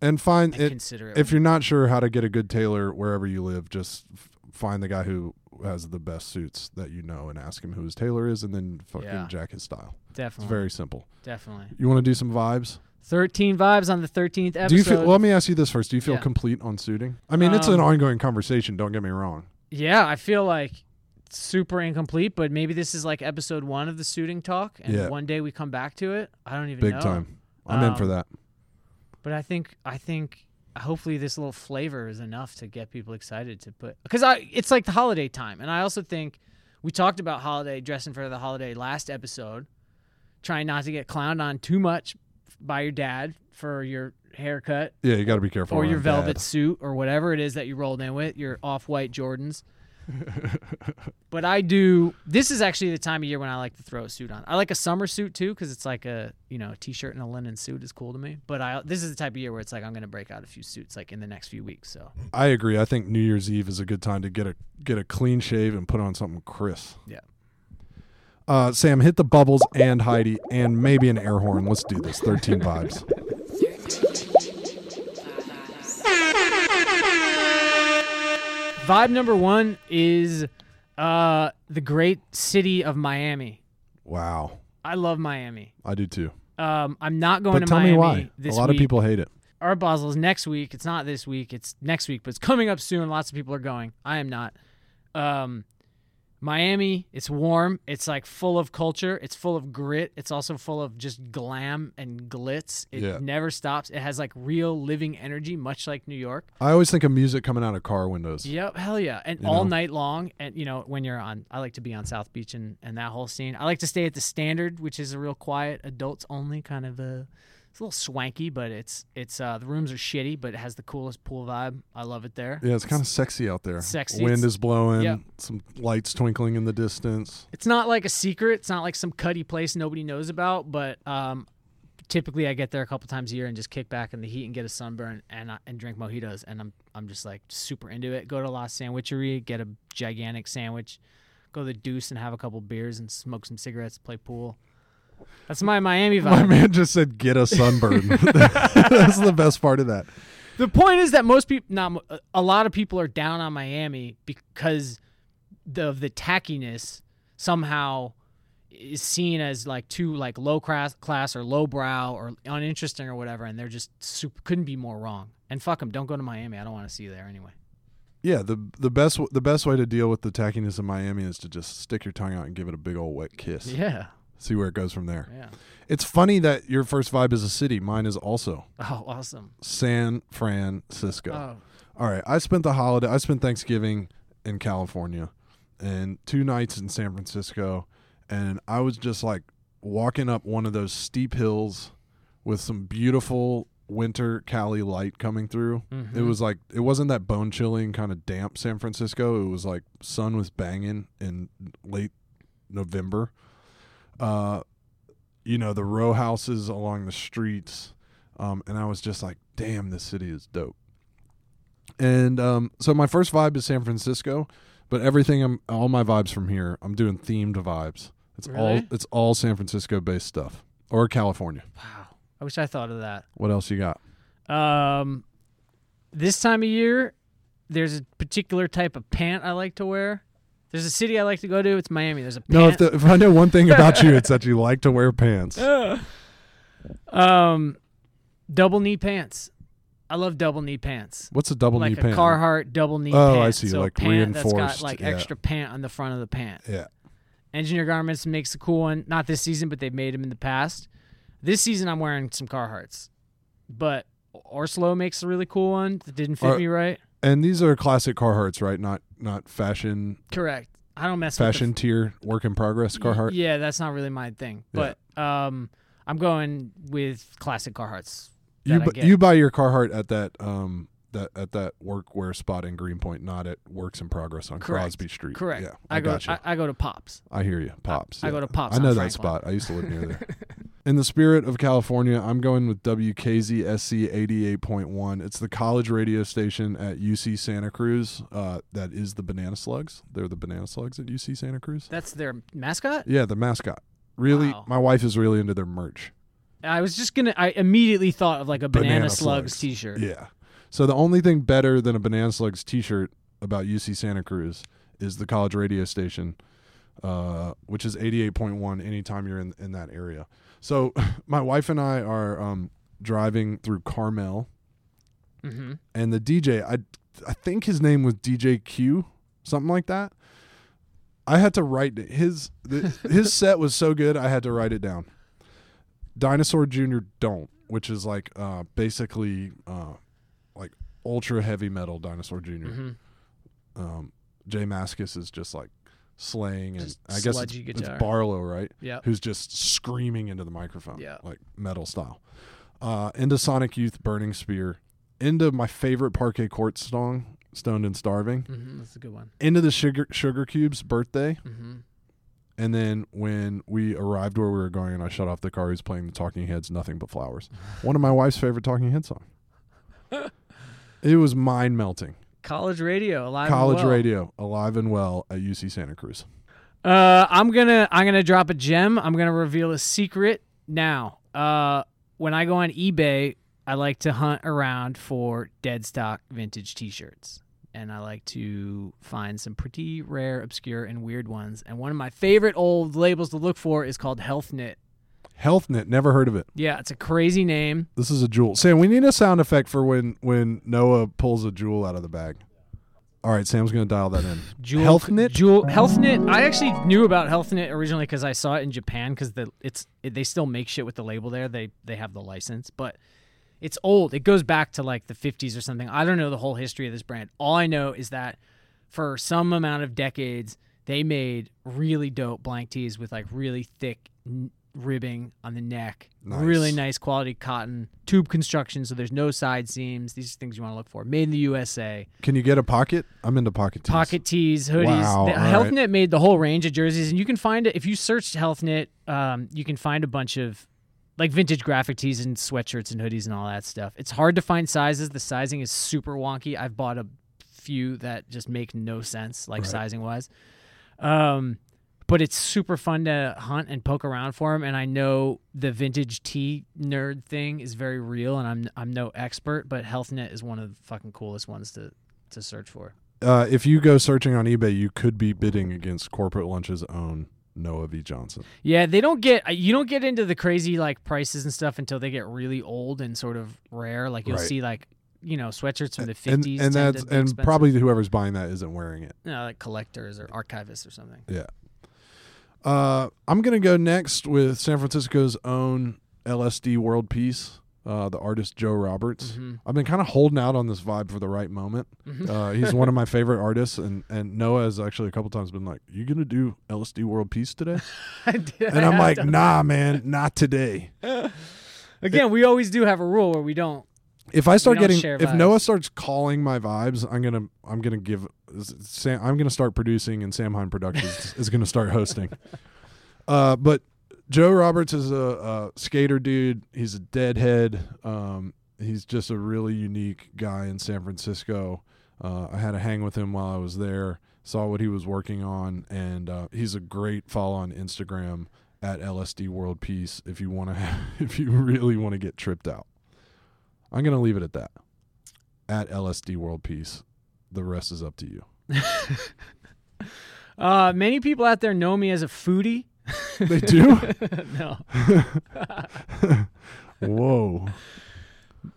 [SPEAKER 1] and find
[SPEAKER 2] and
[SPEAKER 1] it
[SPEAKER 2] consider it.
[SPEAKER 1] if you're not sure how to get a good tailor wherever you live, just f- find the guy who has the best suits that you know and ask him who his tailor is and then fucking
[SPEAKER 2] Yeah.
[SPEAKER 1] jack his style. It's
[SPEAKER 2] definitely,
[SPEAKER 1] very simple.
[SPEAKER 2] definitely.
[SPEAKER 1] You want to do some vibes?
[SPEAKER 2] Thirteen vibes on the thirteenth episode.
[SPEAKER 1] Do you feel well, let me ask you this first. Do you feel
[SPEAKER 2] Yeah.
[SPEAKER 1] complete on suiting? I mean, it's
[SPEAKER 2] Um,
[SPEAKER 1] an ongoing conversation, don't get me wrong.
[SPEAKER 2] yeah, I feel like super incomplete, but maybe this is like episode one of the suiting talk, and
[SPEAKER 1] Yeah.
[SPEAKER 2] one day we come back to it. I don't even
[SPEAKER 1] Big
[SPEAKER 2] know.
[SPEAKER 1] time. I'm in for
[SPEAKER 2] Um,
[SPEAKER 1] that.
[SPEAKER 2] But I think I think hopefully this little flavor is enough to get people excited to put because I it's like the holiday time, and I also think we talked about holiday dressing for the holiday last episode, trying not to get clowned on too much by your dad for your haircut
[SPEAKER 1] Yeah, you got to be careful.
[SPEAKER 2] or your
[SPEAKER 1] around
[SPEAKER 2] velvet
[SPEAKER 1] dad.
[SPEAKER 2] suit or whatever it is that you rolled in with your off-white Jordans. but I do. This is actually the time of year when I like to throw a suit on. I like a summer suit too because it's like a you know a t-shirt and a linen suit is cool to me. But I this is the type of year where it's like I'm gonna break out a few suits like in the next few weeks. So
[SPEAKER 1] I agree. I think New Year's Eve is a good time to get a get a clean shave and put on something crisp.
[SPEAKER 2] Yeah.
[SPEAKER 1] Uh, Sam, hit the bubbles and Heidi and maybe an air horn. Let's do this. Thirteen vibes.
[SPEAKER 2] vibe number one is uh the great city of Miami.
[SPEAKER 1] Wow,
[SPEAKER 2] I love Miami.
[SPEAKER 1] I do too.
[SPEAKER 2] Um, I'm not going
[SPEAKER 1] But
[SPEAKER 2] to
[SPEAKER 1] tell
[SPEAKER 2] Miami
[SPEAKER 1] me why.
[SPEAKER 2] this
[SPEAKER 1] a lot
[SPEAKER 2] week.
[SPEAKER 1] of people hate it.
[SPEAKER 2] our Basel's next week. It's not this week. It's next week, but it's coming up soon. Lots of people are going. I am not. Um, Miami. It's warm. It's like full of culture. It's full of grit. It's also full of just glam and glitz. It
[SPEAKER 1] Yeah.
[SPEAKER 2] never stops. It has like real living energy, much like New York.
[SPEAKER 1] I always think of music coming out of car windows.
[SPEAKER 2] Yep, hell yeah. And
[SPEAKER 1] You
[SPEAKER 2] all
[SPEAKER 1] know?
[SPEAKER 2] night long. And you know, when you're on I like to be on South Beach and, and that whole scene. I like to stay at the standard, which is a real quiet, adults only kind of a it's a little swanky, but it's it's uh the rooms are shitty, but it has the coolest pool vibe. I love it there.
[SPEAKER 1] Yeah, it's kind of sexy out there.
[SPEAKER 2] Sexy.
[SPEAKER 1] Wind
[SPEAKER 2] It's-
[SPEAKER 1] is blowing.
[SPEAKER 2] Yeah.
[SPEAKER 1] Some lights twinkling in the distance.
[SPEAKER 2] It's not like a secret, it's not like some cuddy place nobody knows about, but um typically I get there a couple times a year and just kick back in the heat and get a sunburn and I- and drink mojitos and I'm I'm just like super into it. Go to La Sandwicheria, get a gigantic sandwich, go to the Deuce and have a couple beers and smoke some cigarettes, play pool. That's my Miami
[SPEAKER 1] My
[SPEAKER 2] vibe.
[SPEAKER 1] man just said, "Get a sunburn." That's the best part of that.
[SPEAKER 2] the point is that most people, not mo- a lot of people, are down on Miami because the, of the tackiness somehow is seen as like too like low class, class or low brow or uninteresting or whatever, and they're just super, couldn't be more wrong. And fuck them, don't go to Miami. I don't want to see you there anyway.
[SPEAKER 1] Yeah, the the best w- the best way to deal with the tackiness of Miami is to just stick your tongue out and give it a big old wet kiss.
[SPEAKER 2] Yeah.
[SPEAKER 1] See where it goes from there.
[SPEAKER 2] Yeah.
[SPEAKER 1] It's funny that your first vibe is a city. Mine is also
[SPEAKER 2] Oh, awesome.
[SPEAKER 1] San Francisco.
[SPEAKER 2] Oh,
[SPEAKER 1] All right, I spent the holiday. I spent Thanksgiving in California, and two nights in San Francisco, and I was just like walking up one of those steep hills with some beautiful winter Cali light coming through.
[SPEAKER 2] Mhm.
[SPEAKER 1] It was like it wasn't that bone chilling kind of damp San Francisco. It was like sun was banging in late November. Uh, you know the row houses along the streets, um, and I was just like, "Damn, this city is dope." And um, so my first vibe is San Francisco, but everything I'm all my vibes from here. I'm doing themed vibes. It's all
[SPEAKER 2] Really?
[SPEAKER 1] it's all San Francisco based stuff or California.
[SPEAKER 2] wow. I wish I thought of that.
[SPEAKER 1] What else you got?
[SPEAKER 2] Um, this time of year, there's a particular type of pant I like to wear. There's a city I like to go to. It's Miami. There's a
[SPEAKER 1] No, if,
[SPEAKER 2] pant.
[SPEAKER 1] the, if I know one thing about you, it's that you like to wear pants.
[SPEAKER 2] um, double knee pants. I love double knee pants.
[SPEAKER 1] What's a double
[SPEAKER 2] like
[SPEAKER 1] knee
[SPEAKER 2] a
[SPEAKER 1] pant?
[SPEAKER 2] Carhart double knee
[SPEAKER 1] Oh, I
[SPEAKER 2] pant.
[SPEAKER 1] see,
[SPEAKER 2] So a
[SPEAKER 1] like
[SPEAKER 2] pant That's
[SPEAKER 1] reinforced,
[SPEAKER 2] got like
[SPEAKER 1] yeah.
[SPEAKER 2] extra pant on the front of the pant.
[SPEAKER 1] Yeah.
[SPEAKER 2] Engineer Garments makes a cool one. Not this season, but they've made them in the past. This season, I'm wearing some Carhartts, but Orslo makes a really cool one that didn't fit
[SPEAKER 1] Are-
[SPEAKER 2] me right.
[SPEAKER 1] And these are classic Carhartts, right? Not not fashion
[SPEAKER 2] Correct. I don't mess with the-
[SPEAKER 1] fashion tier work in progress Carhartt.
[SPEAKER 2] Yeah, that's not really my thing.
[SPEAKER 1] Yeah.
[SPEAKER 2] But um, I'm going with classic Carhartts.
[SPEAKER 1] you
[SPEAKER 2] that I
[SPEAKER 1] bu-
[SPEAKER 2] get.
[SPEAKER 1] you buy your Carhartt at that um that at that workwear spot in Greenpoint, not at Works in Progress on
[SPEAKER 2] Correct.
[SPEAKER 1] Crosby Street.
[SPEAKER 2] Correct.
[SPEAKER 1] Yeah,
[SPEAKER 2] I,
[SPEAKER 1] I,
[SPEAKER 2] go.
[SPEAKER 1] got you.
[SPEAKER 2] I, I go to Pops.
[SPEAKER 1] I, hear you. Pops.
[SPEAKER 2] I
[SPEAKER 1] yeah.
[SPEAKER 2] go to Pops.
[SPEAKER 1] I know
[SPEAKER 2] on
[SPEAKER 1] that
[SPEAKER 2] Franklin.
[SPEAKER 1] spot. I used to live near there. In the spirit of California, I'm going with WKZSC 88.1. It's the college radio station at UC Santa Cruz. Uh, that is the Banana Slugs. They're the Banana Slugs at UC Santa Cruz.
[SPEAKER 2] That's their mascot.
[SPEAKER 1] Yeah, the mascot. Really,
[SPEAKER 2] Wow.
[SPEAKER 1] my wife is really into their merch.
[SPEAKER 2] I was just gonna. I immediately thought of like a banana,
[SPEAKER 1] Banana
[SPEAKER 2] slugs,
[SPEAKER 1] Slugs.
[SPEAKER 2] T-shirt.
[SPEAKER 1] Yeah. So the only thing better than a Banana Slugs T-shirt about UC Santa Cruz is the college radio station, uh, which is 88.1. Anytime you're in in that area. So my wife and I are um, driving through Carmel,
[SPEAKER 2] hmm
[SPEAKER 1] and the DJ, I I think his name was DJ Q, something like that. I had to write it. his the, his set was so good I had to write it down. Dinosaur Jr. Don't, which is like uh, basically uh, like ultra heavy metal Dinosaur junior
[SPEAKER 2] hmm
[SPEAKER 1] Um, Jay Maskus is just like slaying, and
[SPEAKER 2] Just
[SPEAKER 1] I guess it's,
[SPEAKER 2] sludgy
[SPEAKER 1] it's
[SPEAKER 2] guitar.
[SPEAKER 1] Barlow, right?
[SPEAKER 2] Yeah.
[SPEAKER 1] who's just screaming into the microphone,
[SPEAKER 2] Yeah.
[SPEAKER 1] like metal style. Uh, into Sonic Youth, Burning Spear, into my favorite Parquet Court song, Stoned and Starving,
[SPEAKER 2] hmm That's a good one.
[SPEAKER 1] into the Sugar Sugar Cubes' birthday,
[SPEAKER 2] hmm
[SPEAKER 1] and then when we arrived where we were going, and I shut off the car, he was playing the Talking Heads, Nothing But Flowers, one of my wife's favorite Talking Heads song. it was mind melting.
[SPEAKER 2] College radio, alive. and
[SPEAKER 1] College
[SPEAKER 2] well.
[SPEAKER 1] radio, alive and well at UC Santa Cruz.
[SPEAKER 2] Uh, I'm gonna I'm gonna drop a gem. I'm gonna reveal a secret now. Uh, when I go on eBay, I like to hunt around for dead stock vintage T-shirts, and I like to find some pretty rare, obscure, and weird ones. And one of my favorite old labels to look for is called Health Knit.
[SPEAKER 1] HealthNet, never heard of it.
[SPEAKER 2] Yeah, it's a crazy name.
[SPEAKER 1] This is a jewel. Sam, we need a sound effect for when when Noah pulls a jewel out of the bag. All right, Sam's gonna dial that in.
[SPEAKER 2] Jewel,
[SPEAKER 1] Health knit.
[SPEAKER 2] Jewel Health Knit. I actually knew about Health Knit originally because I saw it in Japan because the it's it, they still make shit with the label there. They they have the license, but it's old. It goes back to like the 50s or something. I don't know the whole history of this brand. All I know is that for some amount of decades, they made really dope blank tees with like really thick n- ribbing on the neck,
[SPEAKER 1] Nice.
[SPEAKER 2] really nice quality cotton, tube construction, so there's no side seams. These are things you want to look for. Made in the USA
[SPEAKER 1] Can you get a pocket? I'm into pocket tees.
[SPEAKER 2] pocket tees, hoodies.
[SPEAKER 1] Wow,
[SPEAKER 2] The-
[SPEAKER 1] all
[SPEAKER 2] HealthNet
[SPEAKER 1] right.
[SPEAKER 2] made the whole range of jerseys, and you can find it if you search HealthNet. Um, you can find a bunch of like vintage graphic tees and sweatshirts and hoodies and all that stuff. It's hard to find sizes. The sizing is super wonky. I've bought a few that just make no sense, like
[SPEAKER 1] Right.
[SPEAKER 2] sizing wise. Um, but it's super fun to hunt and poke around for them. And I know the vintage tea nerd thing is very real, and I'm I'm no expert, but HealthNet is one of the fucking coolest ones to to search for.
[SPEAKER 1] Uh, if you go searching on eBay, you could be bidding against corporate lunch's own Noah V. Johnson.
[SPEAKER 2] Yeah, they don't get uh, you don't get into the crazy like prices and stuff until they get really old and sort of rare. Like you'll
[SPEAKER 1] Right.
[SPEAKER 2] see like you know sweatshirts from the
[SPEAKER 1] and
[SPEAKER 2] fifties
[SPEAKER 1] and that's and probably whoever's buying that isn't wearing it.
[SPEAKER 2] no, like collectors or archivists or something.
[SPEAKER 1] Yeah. Uh, I'm gonna go next with San Francisco's own LSD world peace. Uh, the artist Joe Roberts.
[SPEAKER 2] Mhm.
[SPEAKER 1] I've been kind of holding out on this vibe for the right moment. Uh, he's one of my favorite artists, and and Noah has actually a couple times been like, "You gonna do LSD world peace today?"
[SPEAKER 2] I did- I
[SPEAKER 1] And I'm
[SPEAKER 2] have
[SPEAKER 1] like,
[SPEAKER 2] to-
[SPEAKER 1] "Nah, man, not today."
[SPEAKER 2] again, we always do have a rule where we don't.
[SPEAKER 1] If I start
[SPEAKER 2] don't
[SPEAKER 1] getting,
[SPEAKER 2] share
[SPEAKER 1] if
[SPEAKER 2] vibes.
[SPEAKER 1] Noah starts calling my vibes, I'm gonna, I'm gonna give, Sam, I'm gonna start producing, and Samheim Productions is gonna start hosting. Uh, but Joe Roberts is a, a skater dude. He's a deadhead. Um, he's just a really unique guy in San Francisco. Uh, I had a hang with him while I was there. Saw what he was working on, and uh, he's a great follow on Instagram at LSD World Peace. If you want to, if you really want to get tripped out. I'm going to leave it at that. At LSD World Peace. The rest is up to you.
[SPEAKER 2] Uh, many people out there know me as a foodie.
[SPEAKER 1] They do?
[SPEAKER 2] no,
[SPEAKER 1] Whoa.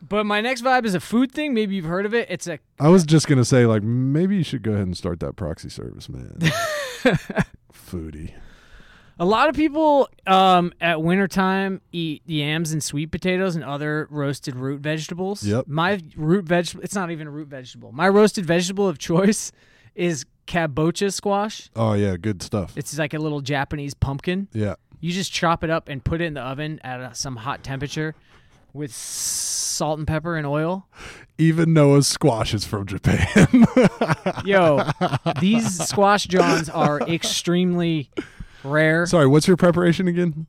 [SPEAKER 2] but my next vibe is a food thing. Maybe you've heard of it. It's a
[SPEAKER 1] I was just going to say, like, maybe you should go ahead and start that proxy service, man. Foodie.
[SPEAKER 2] A lot of people um, at wintertime eat yams and sweet potatoes and other roasted root vegetables.
[SPEAKER 1] Yep.
[SPEAKER 2] My root vegetable, it's not even a root vegetable. My roasted vegetable of choice is kabocha squash.
[SPEAKER 1] Oh, yeah. Good stuff.
[SPEAKER 2] It's like a little Japanese pumpkin.
[SPEAKER 1] yeah.
[SPEAKER 2] You just chop it up and put it in the oven at uh some hot temperature with s- salt and pepper and oil.
[SPEAKER 1] Even Noah's squash is from Japan.
[SPEAKER 2] Yo, these squash johns are extremely rare.
[SPEAKER 1] Sorry, what's your preparation again?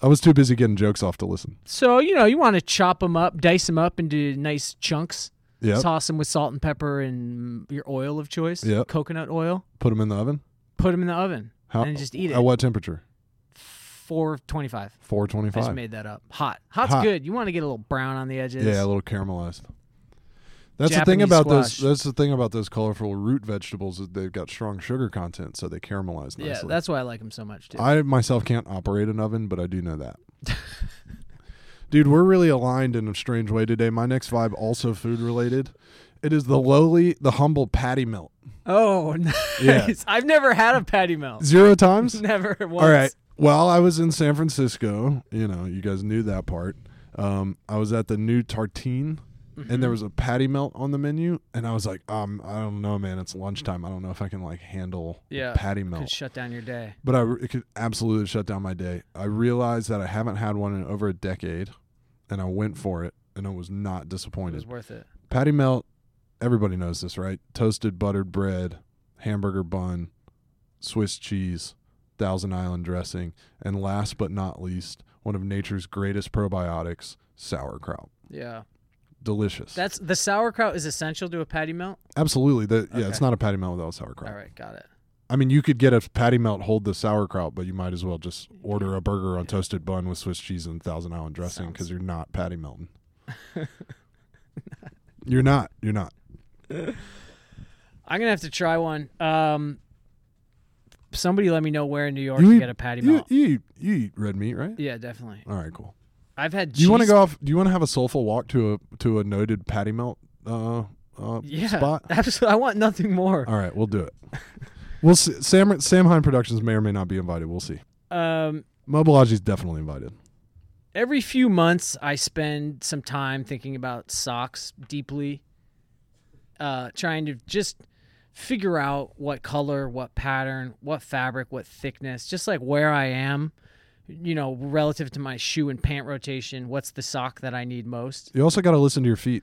[SPEAKER 1] I was too busy getting jokes off to listen.
[SPEAKER 2] So, you know, you want to chop them up, dice them up into nice chunks.
[SPEAKER 1] Yeah.
[SPEAKER 2] Toss them with salt and pepper and your oil of choice,
[SPEAKER 1] Yep.
[SPEAKER 2] coconut oil.
[SPEAKER 1] Put them in the oven.
[SPEAKER 2] Put them in the oven
[SPEAKER 1] How,
[SPEAKER 2] and just eat it.
[SPEAKER 1] At what temperature?
[SPEAKER 2] 425. I just
[SPEAKER 1] 425.
[SPEAKER 2] made that up. Hot. Hot's
[SPEAKER 1] Hot.
[SPEAKER 2] good. You want to get a little brown on the edges.
[SPEAKER 1] Yeah, a little caramelized. That's the thing
[SPEAKER 2] Japanese
[SPEAKER 1] about those.
[SPEAKER 2] squash.
[SPEAKER 1] That's the thing about those colorful root vegetables is they've got strong sugar content, so they caramelize nicely.
[SPEAKER 2] Yeah, that's why I like them so much too.
[SPEAKER 1] I myself can't operate an oven, but I do know that. Dude, we're really aligned in a strange way today. My next vibe, also food related, it is the lowly, the humble patty melt.
[SPEAKER 2] oh, nice. I've never had a patty melt.
[SPEAKER 1] Zero times.
[SPEAKER 2] never once.
[SPEAKER 1] All right. Well, I was in San Francisco. You know, you guys knew that part. Um, I was at the new Tartine,
[SPEAKER 2] Mm-hmm.
[SPEAKER 1] and there was a patty melt on the menu, and I was like, um, I don't know, man. It's lunchtime. I don't know if I can like handle a
[SPEAKER 2] Yeah,
[SPEAKER 1] patty
[SPEAKER 2] Could
[SPEAKER 1] melt.
[SPEAKER 2] shut down your day.
[SPEAKER 1] But I re- it could absolutely shut down my day. I realized that I haven't had one in over a decade, and I went for it, and I was not
[SPEAKER 2] It
[SPEAKER 1] disappointed.
[SPEAKER 2] was worth it.
[SPEAKER 1] Patty melt, everybody knows this, right? Toasted buttered bread, hamburger bun, Swiss cheese, Thousand Island dressing, and last but not least, one of nature's greatest probiotics, sauerkraut.
[SPEAKER 2] Yeah.
[SPEAKER 1] Delicious.
[SPEAKER 2] That's the sauerkraut is essential to a patty melt.
[SPEAKER 1] Absolutely. The, Yeah,
[SPEAKER 2] Okay.
[SPEAKER 1] it's not a patty melt without sauerkraut.
[SPEAKER 2] All right, got it.
[SPEAKER 1] I mean, you could get a patty melt hold the sauerkraut, but you might as well just order a burger on toasted bun with Swiss cheese and Thousand Island dressing
[SPEAKER 2] Sounds-
[SPEAKER 1] because you're not patty melting. you're not. You're not.
[SPEAKER 2] I'm gonna have to try one. Um, somebody let me know where in New York
[SPEAKER 1] You
[SPEAKER 2] you,
[SPEAKER 1] eat-
[SPEAKER 2] get a patty
[SPEAKER 1] You,
[SPEAKER 2] melt.
[SPEAKER 1] you, eat, you eat red meat, right?
[SPEAKER 2] yeah, definitely.
[SPEAKER 1] All right, cool.
[SPEAKER 2] I've had.
[SPEAKER 1] Do you want to
[SPEAKER 2] cheese-
[SPEAKER 1] go off? Do you want to have a soulful walk to a to a noted patty melt uh, uh,
[SPEAKER 2] Yeah,
[SPEAKER 1] spot?
[SPEAKER 2] absolutely. I want nothing more.
[SPEAKER 1] All right, we'll do it. We'll see. Sam Sam Hine Productions may or may not be invited. We'll see.
[SPEAKER 2] Um,
[SPEAKER 1] Mobilagi's definitely invited.
[SPEAKER 2] every few months, I spend some time thinking about socks deeply, uh, trying to just figure out what color, what pattern, what fabric, what thickness, just like where I am, you know, relative to my shoe and pant rotation. What's the sock that I need most?
[SPEAKER 1] You also got to listen to your feet.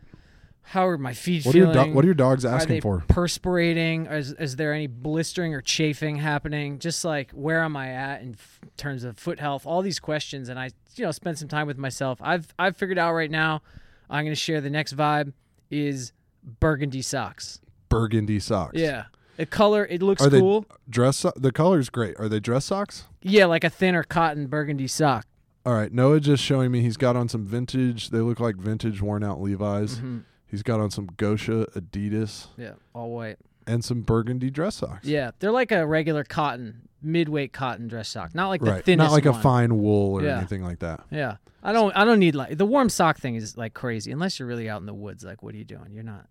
[SPEAKER 2] How are my feet
[SPEAKER 1] What are
[SPEAKER 2] feeling?
[SPEAKER 1] your do- what are your dogs
[SPEAKER 2] Are they
[SPEAKER 1] asking for?
[SPEAKER 2] perspirating? Is, is there any blistering or chafing happening? Just like where am I at in f- terms of foot health? All these questions, and I you know spend some time with myself. I've I've figured out right now. I'm going to share the next vibe is burgundy socks.
[SPEAKER 1] Burgundy socks.
[SPEAKER 2] Yeah, the color it looks
[SPEAKER 1] Are they
[SPEAKER 2] cool.
[SPEAKER 1] dress? So- the color's great. Are they dress socks?
[SPEAKER 2] Yeah, like a thinner cotton burgundy sock.
[SPEAKER 1] All right. Noah just showing me he's got on some vintage. They look like vintage worn out Levi's.
[SPEAKER 2] Mm-hmm.
[SPEAKER 1] He's got on some Gosha Adidas
[SPEAKER 2] Yeah, all white.
[SPEAKER 1] and some burgundy dress socks.
[SPEAKER 2] Yeah, they're like a regular cotton midweight cotton dress sock, not like the
[SPEAKER 1] right.
[SPEAKER 2] thinnest
[SPEAKER 1] Not like
[SPEAKER 2] one.
[SPEAKER 1] a fine wool or
[SPEAKER 2] Yeah.
[SPEAKER 1] anything like that.
[SPEAKER 2] Yeah, I don't. I don't need like the warm sock thing is like crazy. Unless you're really out in the woods, like what are you doing? You're not.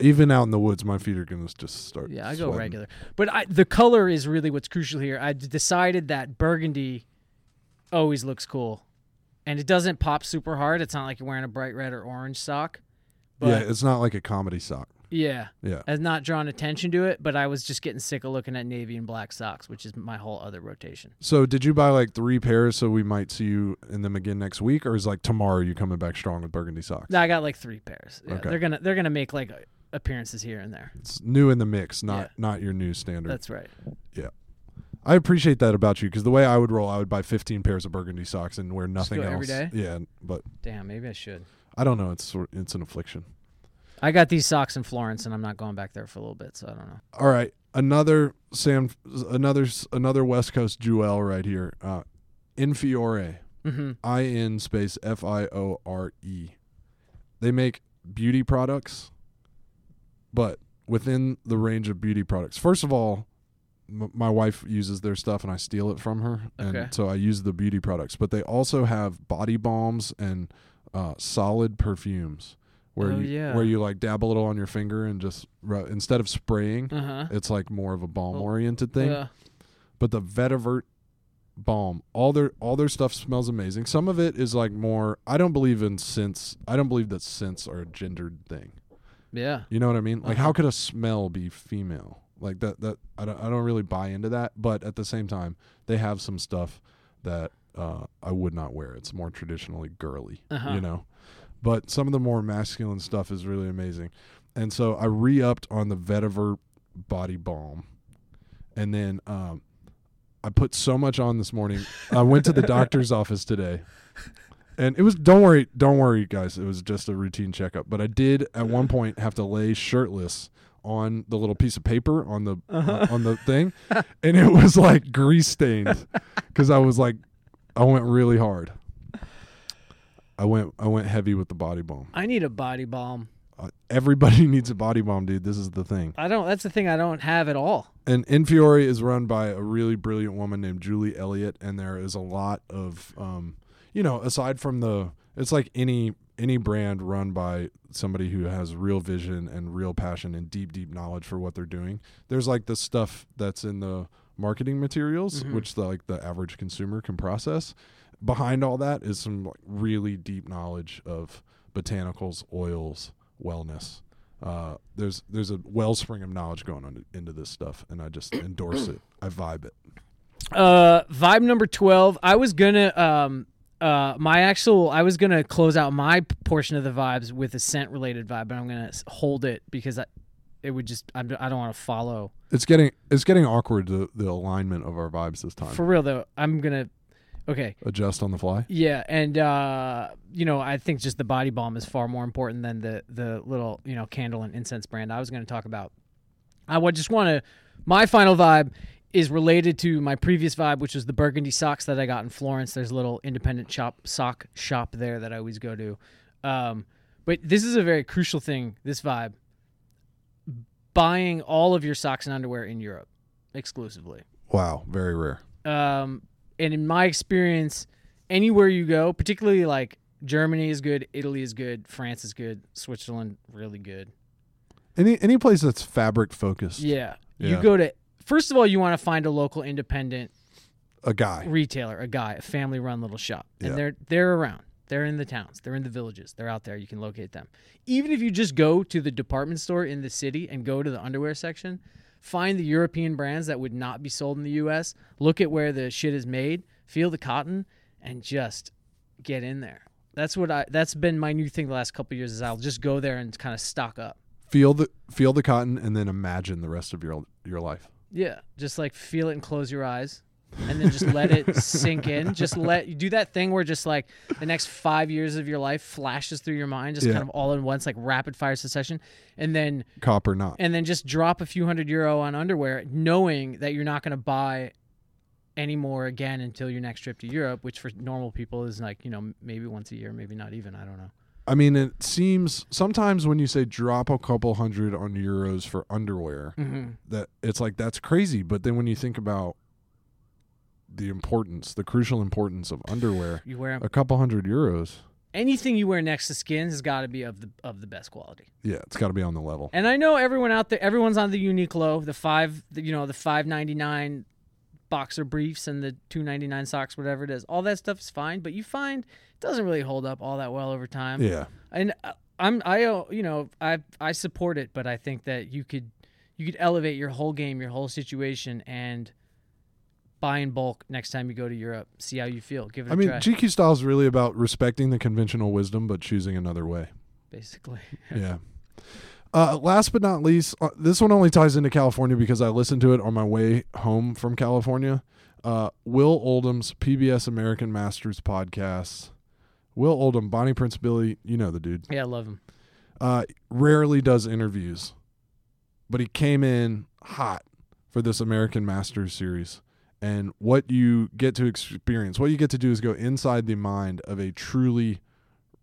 [SPEAKER 1] Even out in the woods, my feet are gonna just start.
[SPEAKER 2] Yeah, I go
[SPEAKER 1] sweating.
[SPEAKER 2] regular. But I, the color is really what's crucial here. I d- decided that burgundy always looks cool, and it doesn't pop super hard. It's not like you're wearing a bright red or orange sock. But
[SPEAKER 1] yeah, it's not like a comedy sock.
[SPEAKER 2] yeah,
[SPEAKER 1] Yeah.
[SPEAKER 2] I've not drawn attention to it, but I was just getting sick of looking at navy and black socks, which is my whole other rotation.
[SPEAKER 1] So did you buy like three pairs so we might see you in them again next week, or is like tomorrow you coming back strong with burgundy socks?
[SPEAKER 2] No, I got like three pairs. Yeah,
[SPEAKER 1] Okay.
[SPEAKER 2] They're gonna they're gonna make like appearances here and there.
[SPEAKER 1] It's new in the mix, not
[SPEAKER 2] Yeah.
[SPEAKER 1] not your new standard.
[SPEAKER 2] That's right.
[SPEAKER 1] I appreciate that about you because the way I would roll, I would buy 15 pairs of burgundy socks and wear nothing
[SPEAKER 2] go every
[SPEAKER 1] else.
[SPEAKER 2] day?
[SPEAKER 1] Yeah, but
[SPEAKER 2] Damn, maybe I should.
[SPEAKER 1] I don't know. It's sort- it's an affliction.
[SPEAKER 2] I got these socks in Florence, and I'm not going back there for a little bit, so I don't know.
[SPEAKER 1] All right, another San, another another West Coast jewel right here. Uh, Infiore,
[SPEAKER 2] hmm
[SPEAKER 1] I N space F I O R E. They make beauty products, but within the range of beauty products. First of all, m- my wife uses their stuff and I steal it from her.
[SPEAKER 2] Okay.
[SPEAKER 1] And so I use the beauty products, but they also have body balms and uh, solid perfumes where
[SPEAKER 2] Oh,
[SPEAKER 1] you
[SPEAKER 2] yeah.
[SPEAKER 1] where you like dab a little on your finger and just ru- instead of spraying,
[SPEAKER 2] Uh huh.
[SPEAKER 1] it's like more of a balm
[SPEAKER 2] Well,
[SPEAKER 1] oriented thing but the vetiver balm all their all their stuff smells amazing some of it is like more i don't believe in scents i don't believe that scents are a gendered thing
[SPEAKER 2] yeah.
[SPEAKER 1] you know what i mean like
[SPEAKER 2] Uh-huh.
[SPEAKER 1] how could a smell be female like that that I don't, I don't really buy into that but at the same time they have some stuff that uh i would not wear it's more traditionally girly
[SPEAKER 2] Uh-huh.
[SPEAKER 1] you know but some of the more masculine stuff is really amazing and so i re-upped on the vetiver body balm and then um I put so much on this morning. I went to the doctor's office today. And it was don't worry, don't worry guys, it was just a routine checkup, but I did at one point have to lay shirtless on the little piece of paper on the uh, on the thing and it was like grease stained cuz I was like I went really hard. I went I went heavy with the body bomb.
[SPEAKER 2] I need a body balm.
[SPEAKER 1] Uh, everybody needs a body bomb, dude. This is the thing.
[SPEAKER 2] I don't. That's the thing I don't have at all.
[SPEAKER 1] And Infiore is run by a really brilliant woman named Julie Elliott, and there is a lot of, um, you know, aside from the, it's like any any brand run by somebody who has real vision and real passion and deep deep knowledge for what they're doing. There's like the stuff that's in the marketing materials,
[SPEAKER 2] Mhm.
[SPEAKER 1] which the, like the average consumer can process. Behind all that is some like, really deep knowledge of botanicals, oils, wellness uh, there's there's a wellspring of knowledge going on into this stuff, and I just endorse it. I vibe it.
[SPEAKER 2] Uh, vibe number twelve. I was gonna um uh my actual. I was gonna close out my p- portion of the vibes with a scent related vibe, but I'm gonna s- hold it because I, it would just I'm, I don't want to follow.
[SPEAKER 1] It's getting it's getting awkward the the alignment of our vibes this time.
[SPEAKER 2] For real though, I'm gonna. Okay.
[SPEAKER 1] Adjust on the fly.
[SPEAKER 2] Yeah, and uh, you know, I think just the body balm is far more important than the the little you know candle and incense brand I was going to talk about. I would just want to. My final vibe is related to my previous vibe, which was the burgundy socks that I got in Florence. There's a little independent shop sock shop there that I always go to. Um, but this is a very crucial thing. This vibe, buying all of your socks and underwear in Europe exclusively
[SPEAKER 1] Wow, very rare.
[SPEAKER 2] um, and in my experience, anywhere you go, particularly like Germany is good, Italy is good, France is good, Switzerland really good.
[SPEAKER 1] Any any place that's fabric focused,
[SPEAKER 2] Yeah,
[SPEAKER 1] Yeah.
[SPEAKER 2] you go to first of all, you want to find a local independent
[SPEAKER 1] a guy.
[SPEAKER 2] retailer, a guy, a family-run little shop, and
[SPEAKER 1] Yeah.
[SPEAKER 2] they're they're around. They're in the towns. They're in the villages. They're out there. You can locate them. Even if you just go to the department store in the city and go to the underwear section, find the European brands that would not be sold in the U.S. Look at where the shit is made. Feel the cotton, and just get in there. That's what I. That's been my new thing the last couple of years. Is I'll just go there and kind of stock up.
[SPEAKER 1] Feel the feel the cotton, and then imagine the rest of your your life.
[SPEAKER 2] Yeah, just like feel it and close your eyes, and then just let it sink in. Just let you do that thing where just like the next five years of your life flashes through your mind, just
[SPEAKER 1] Yeah.
[SPEAKER 2] kind of all in once, like rapid fire succession, and then
[SPEAKER 1] Cop or not,
[SPEAKER 2] and then just drop a few hundred euro on underwear, knowing that you're not going to buy any more again until your next trip to Europe, which for normal people is like you know maybe once a year, maybe not even. I don't know.
[SPEAKER 1] I mean, it seems sometimes when you say drop a couple hundred on euros for underwear,
[SPEAKER 2] Mm-hmm.
[SPEAKER 1] that it's like that's crazy. But then when you think about the importance, the crucial importance of underwear,
[SPEAKER 2] You wear 'em-
[SPEAKER 1] a couple hundred euros.
[SPEAKER 2] anything you wear next to skins has got to be of the of the best quality.
[SPEAKER 1] Yeah, it's got to be on the level.
[SPEAKER 2] And I know everyone out there, everyone's on the Uniqlo, the five, the, you know, the five ninety nine boxer briefs and the two ninety nine socks, whatever it is. All that stuff is fine, but you find it doesn't really hold up all that well over time.
[SPEAKER 1] Yeah,
[SPEAKER 2] And uh, I'm, I, uh, you know, I, I support it, but I think that you could, you could elevate your whole game, your whole situation, and buy in bulk next time you go to Europe. See how you feel. Give it a
[SPEAKER 1] I mean,
[SPEAKER 2] try.
[SPEAKER 1] GQ style is really about respecting the conventional wisdom, but choosing another way.
[SPEAKER 2] basically,
[SPEAKER 1] yeah. Uh, last but not least, uh, this one only ties into California because I listened to it on my way home from California. Uh, Will Oldham's PBS American Masters podcast. Will Oldham, Bonnie Prince Billy, you know the dude.
[SPEAKER 2] yeah, I love them.
[SPEAKER 1] Uh, rarely does interviews, but he came in hot for this American Masters series. And what you get to experience, what you get to do is go inside the mind of a truly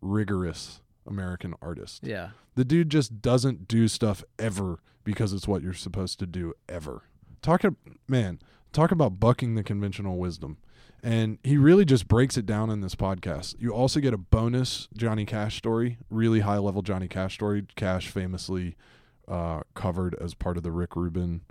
[SPEAKER 1] rigorous American artist.
[SPEAKER 2] Yeah,
[SPEAKER 1] The dude just doesn't do stuff ever because it's what you're supposed to do ever. Talk ab- man, talk about bucking the conventional wisdom. And he really just breaks it down in this podcast. You also get a bonus Johnny Cash story, really high level Johnny Cash story. Cash famously uh, covered as part of the Rick Rubin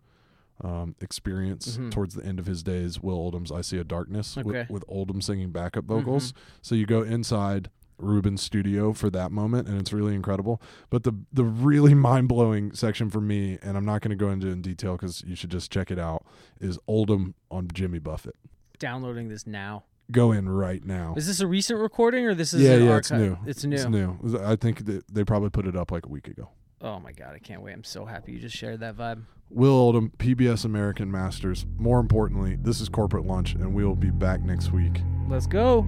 [SPEAKER 1] um, experience
[SPEAKER 2] Mhm.
[SPEAKER 1] towards the end of his days. Will Oldham's "I See a Darkness"
[SPEAKER 2] Okay.
[SPEAKER 1] with, with Oldham singing backup vocals.
[SPEAKER 2] Mm-hmm.
[SPEAKER 1] So you go inside Rubin's studio for that moment, and it's really incredible. But the the really mind blowing section for me, and I'm not going to go into it in detail because you should just check it out, is Oldham on Jimmy Buffett.
[SPEAKER 2] downloading this now.
[SPEAKER 1] Go in right now.
[SPEAKER 2] Is this a recent recording or this is
[SPEAKER 1] yeah,
[SPEAKER 2] an
[SPEAKER 1] yeah,
[SPEAKER 2] archi-
[SPEAKER 1] it's new.
[SPEAKER 2] It's new.
[SPEAKER 1] It's new. I think that they probably put it up like a week ago.
[SPEAKER 2] Oh my god, I can't wait! I'm so happy you just shared that vibe.
[SPEAKER 1] Will Oldham, PBS American Masters. More importantly, this is Corporate Lunch, and we will be back next week.
[SPEAKER 2] Let's go.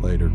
[SPEAKER 1] Later.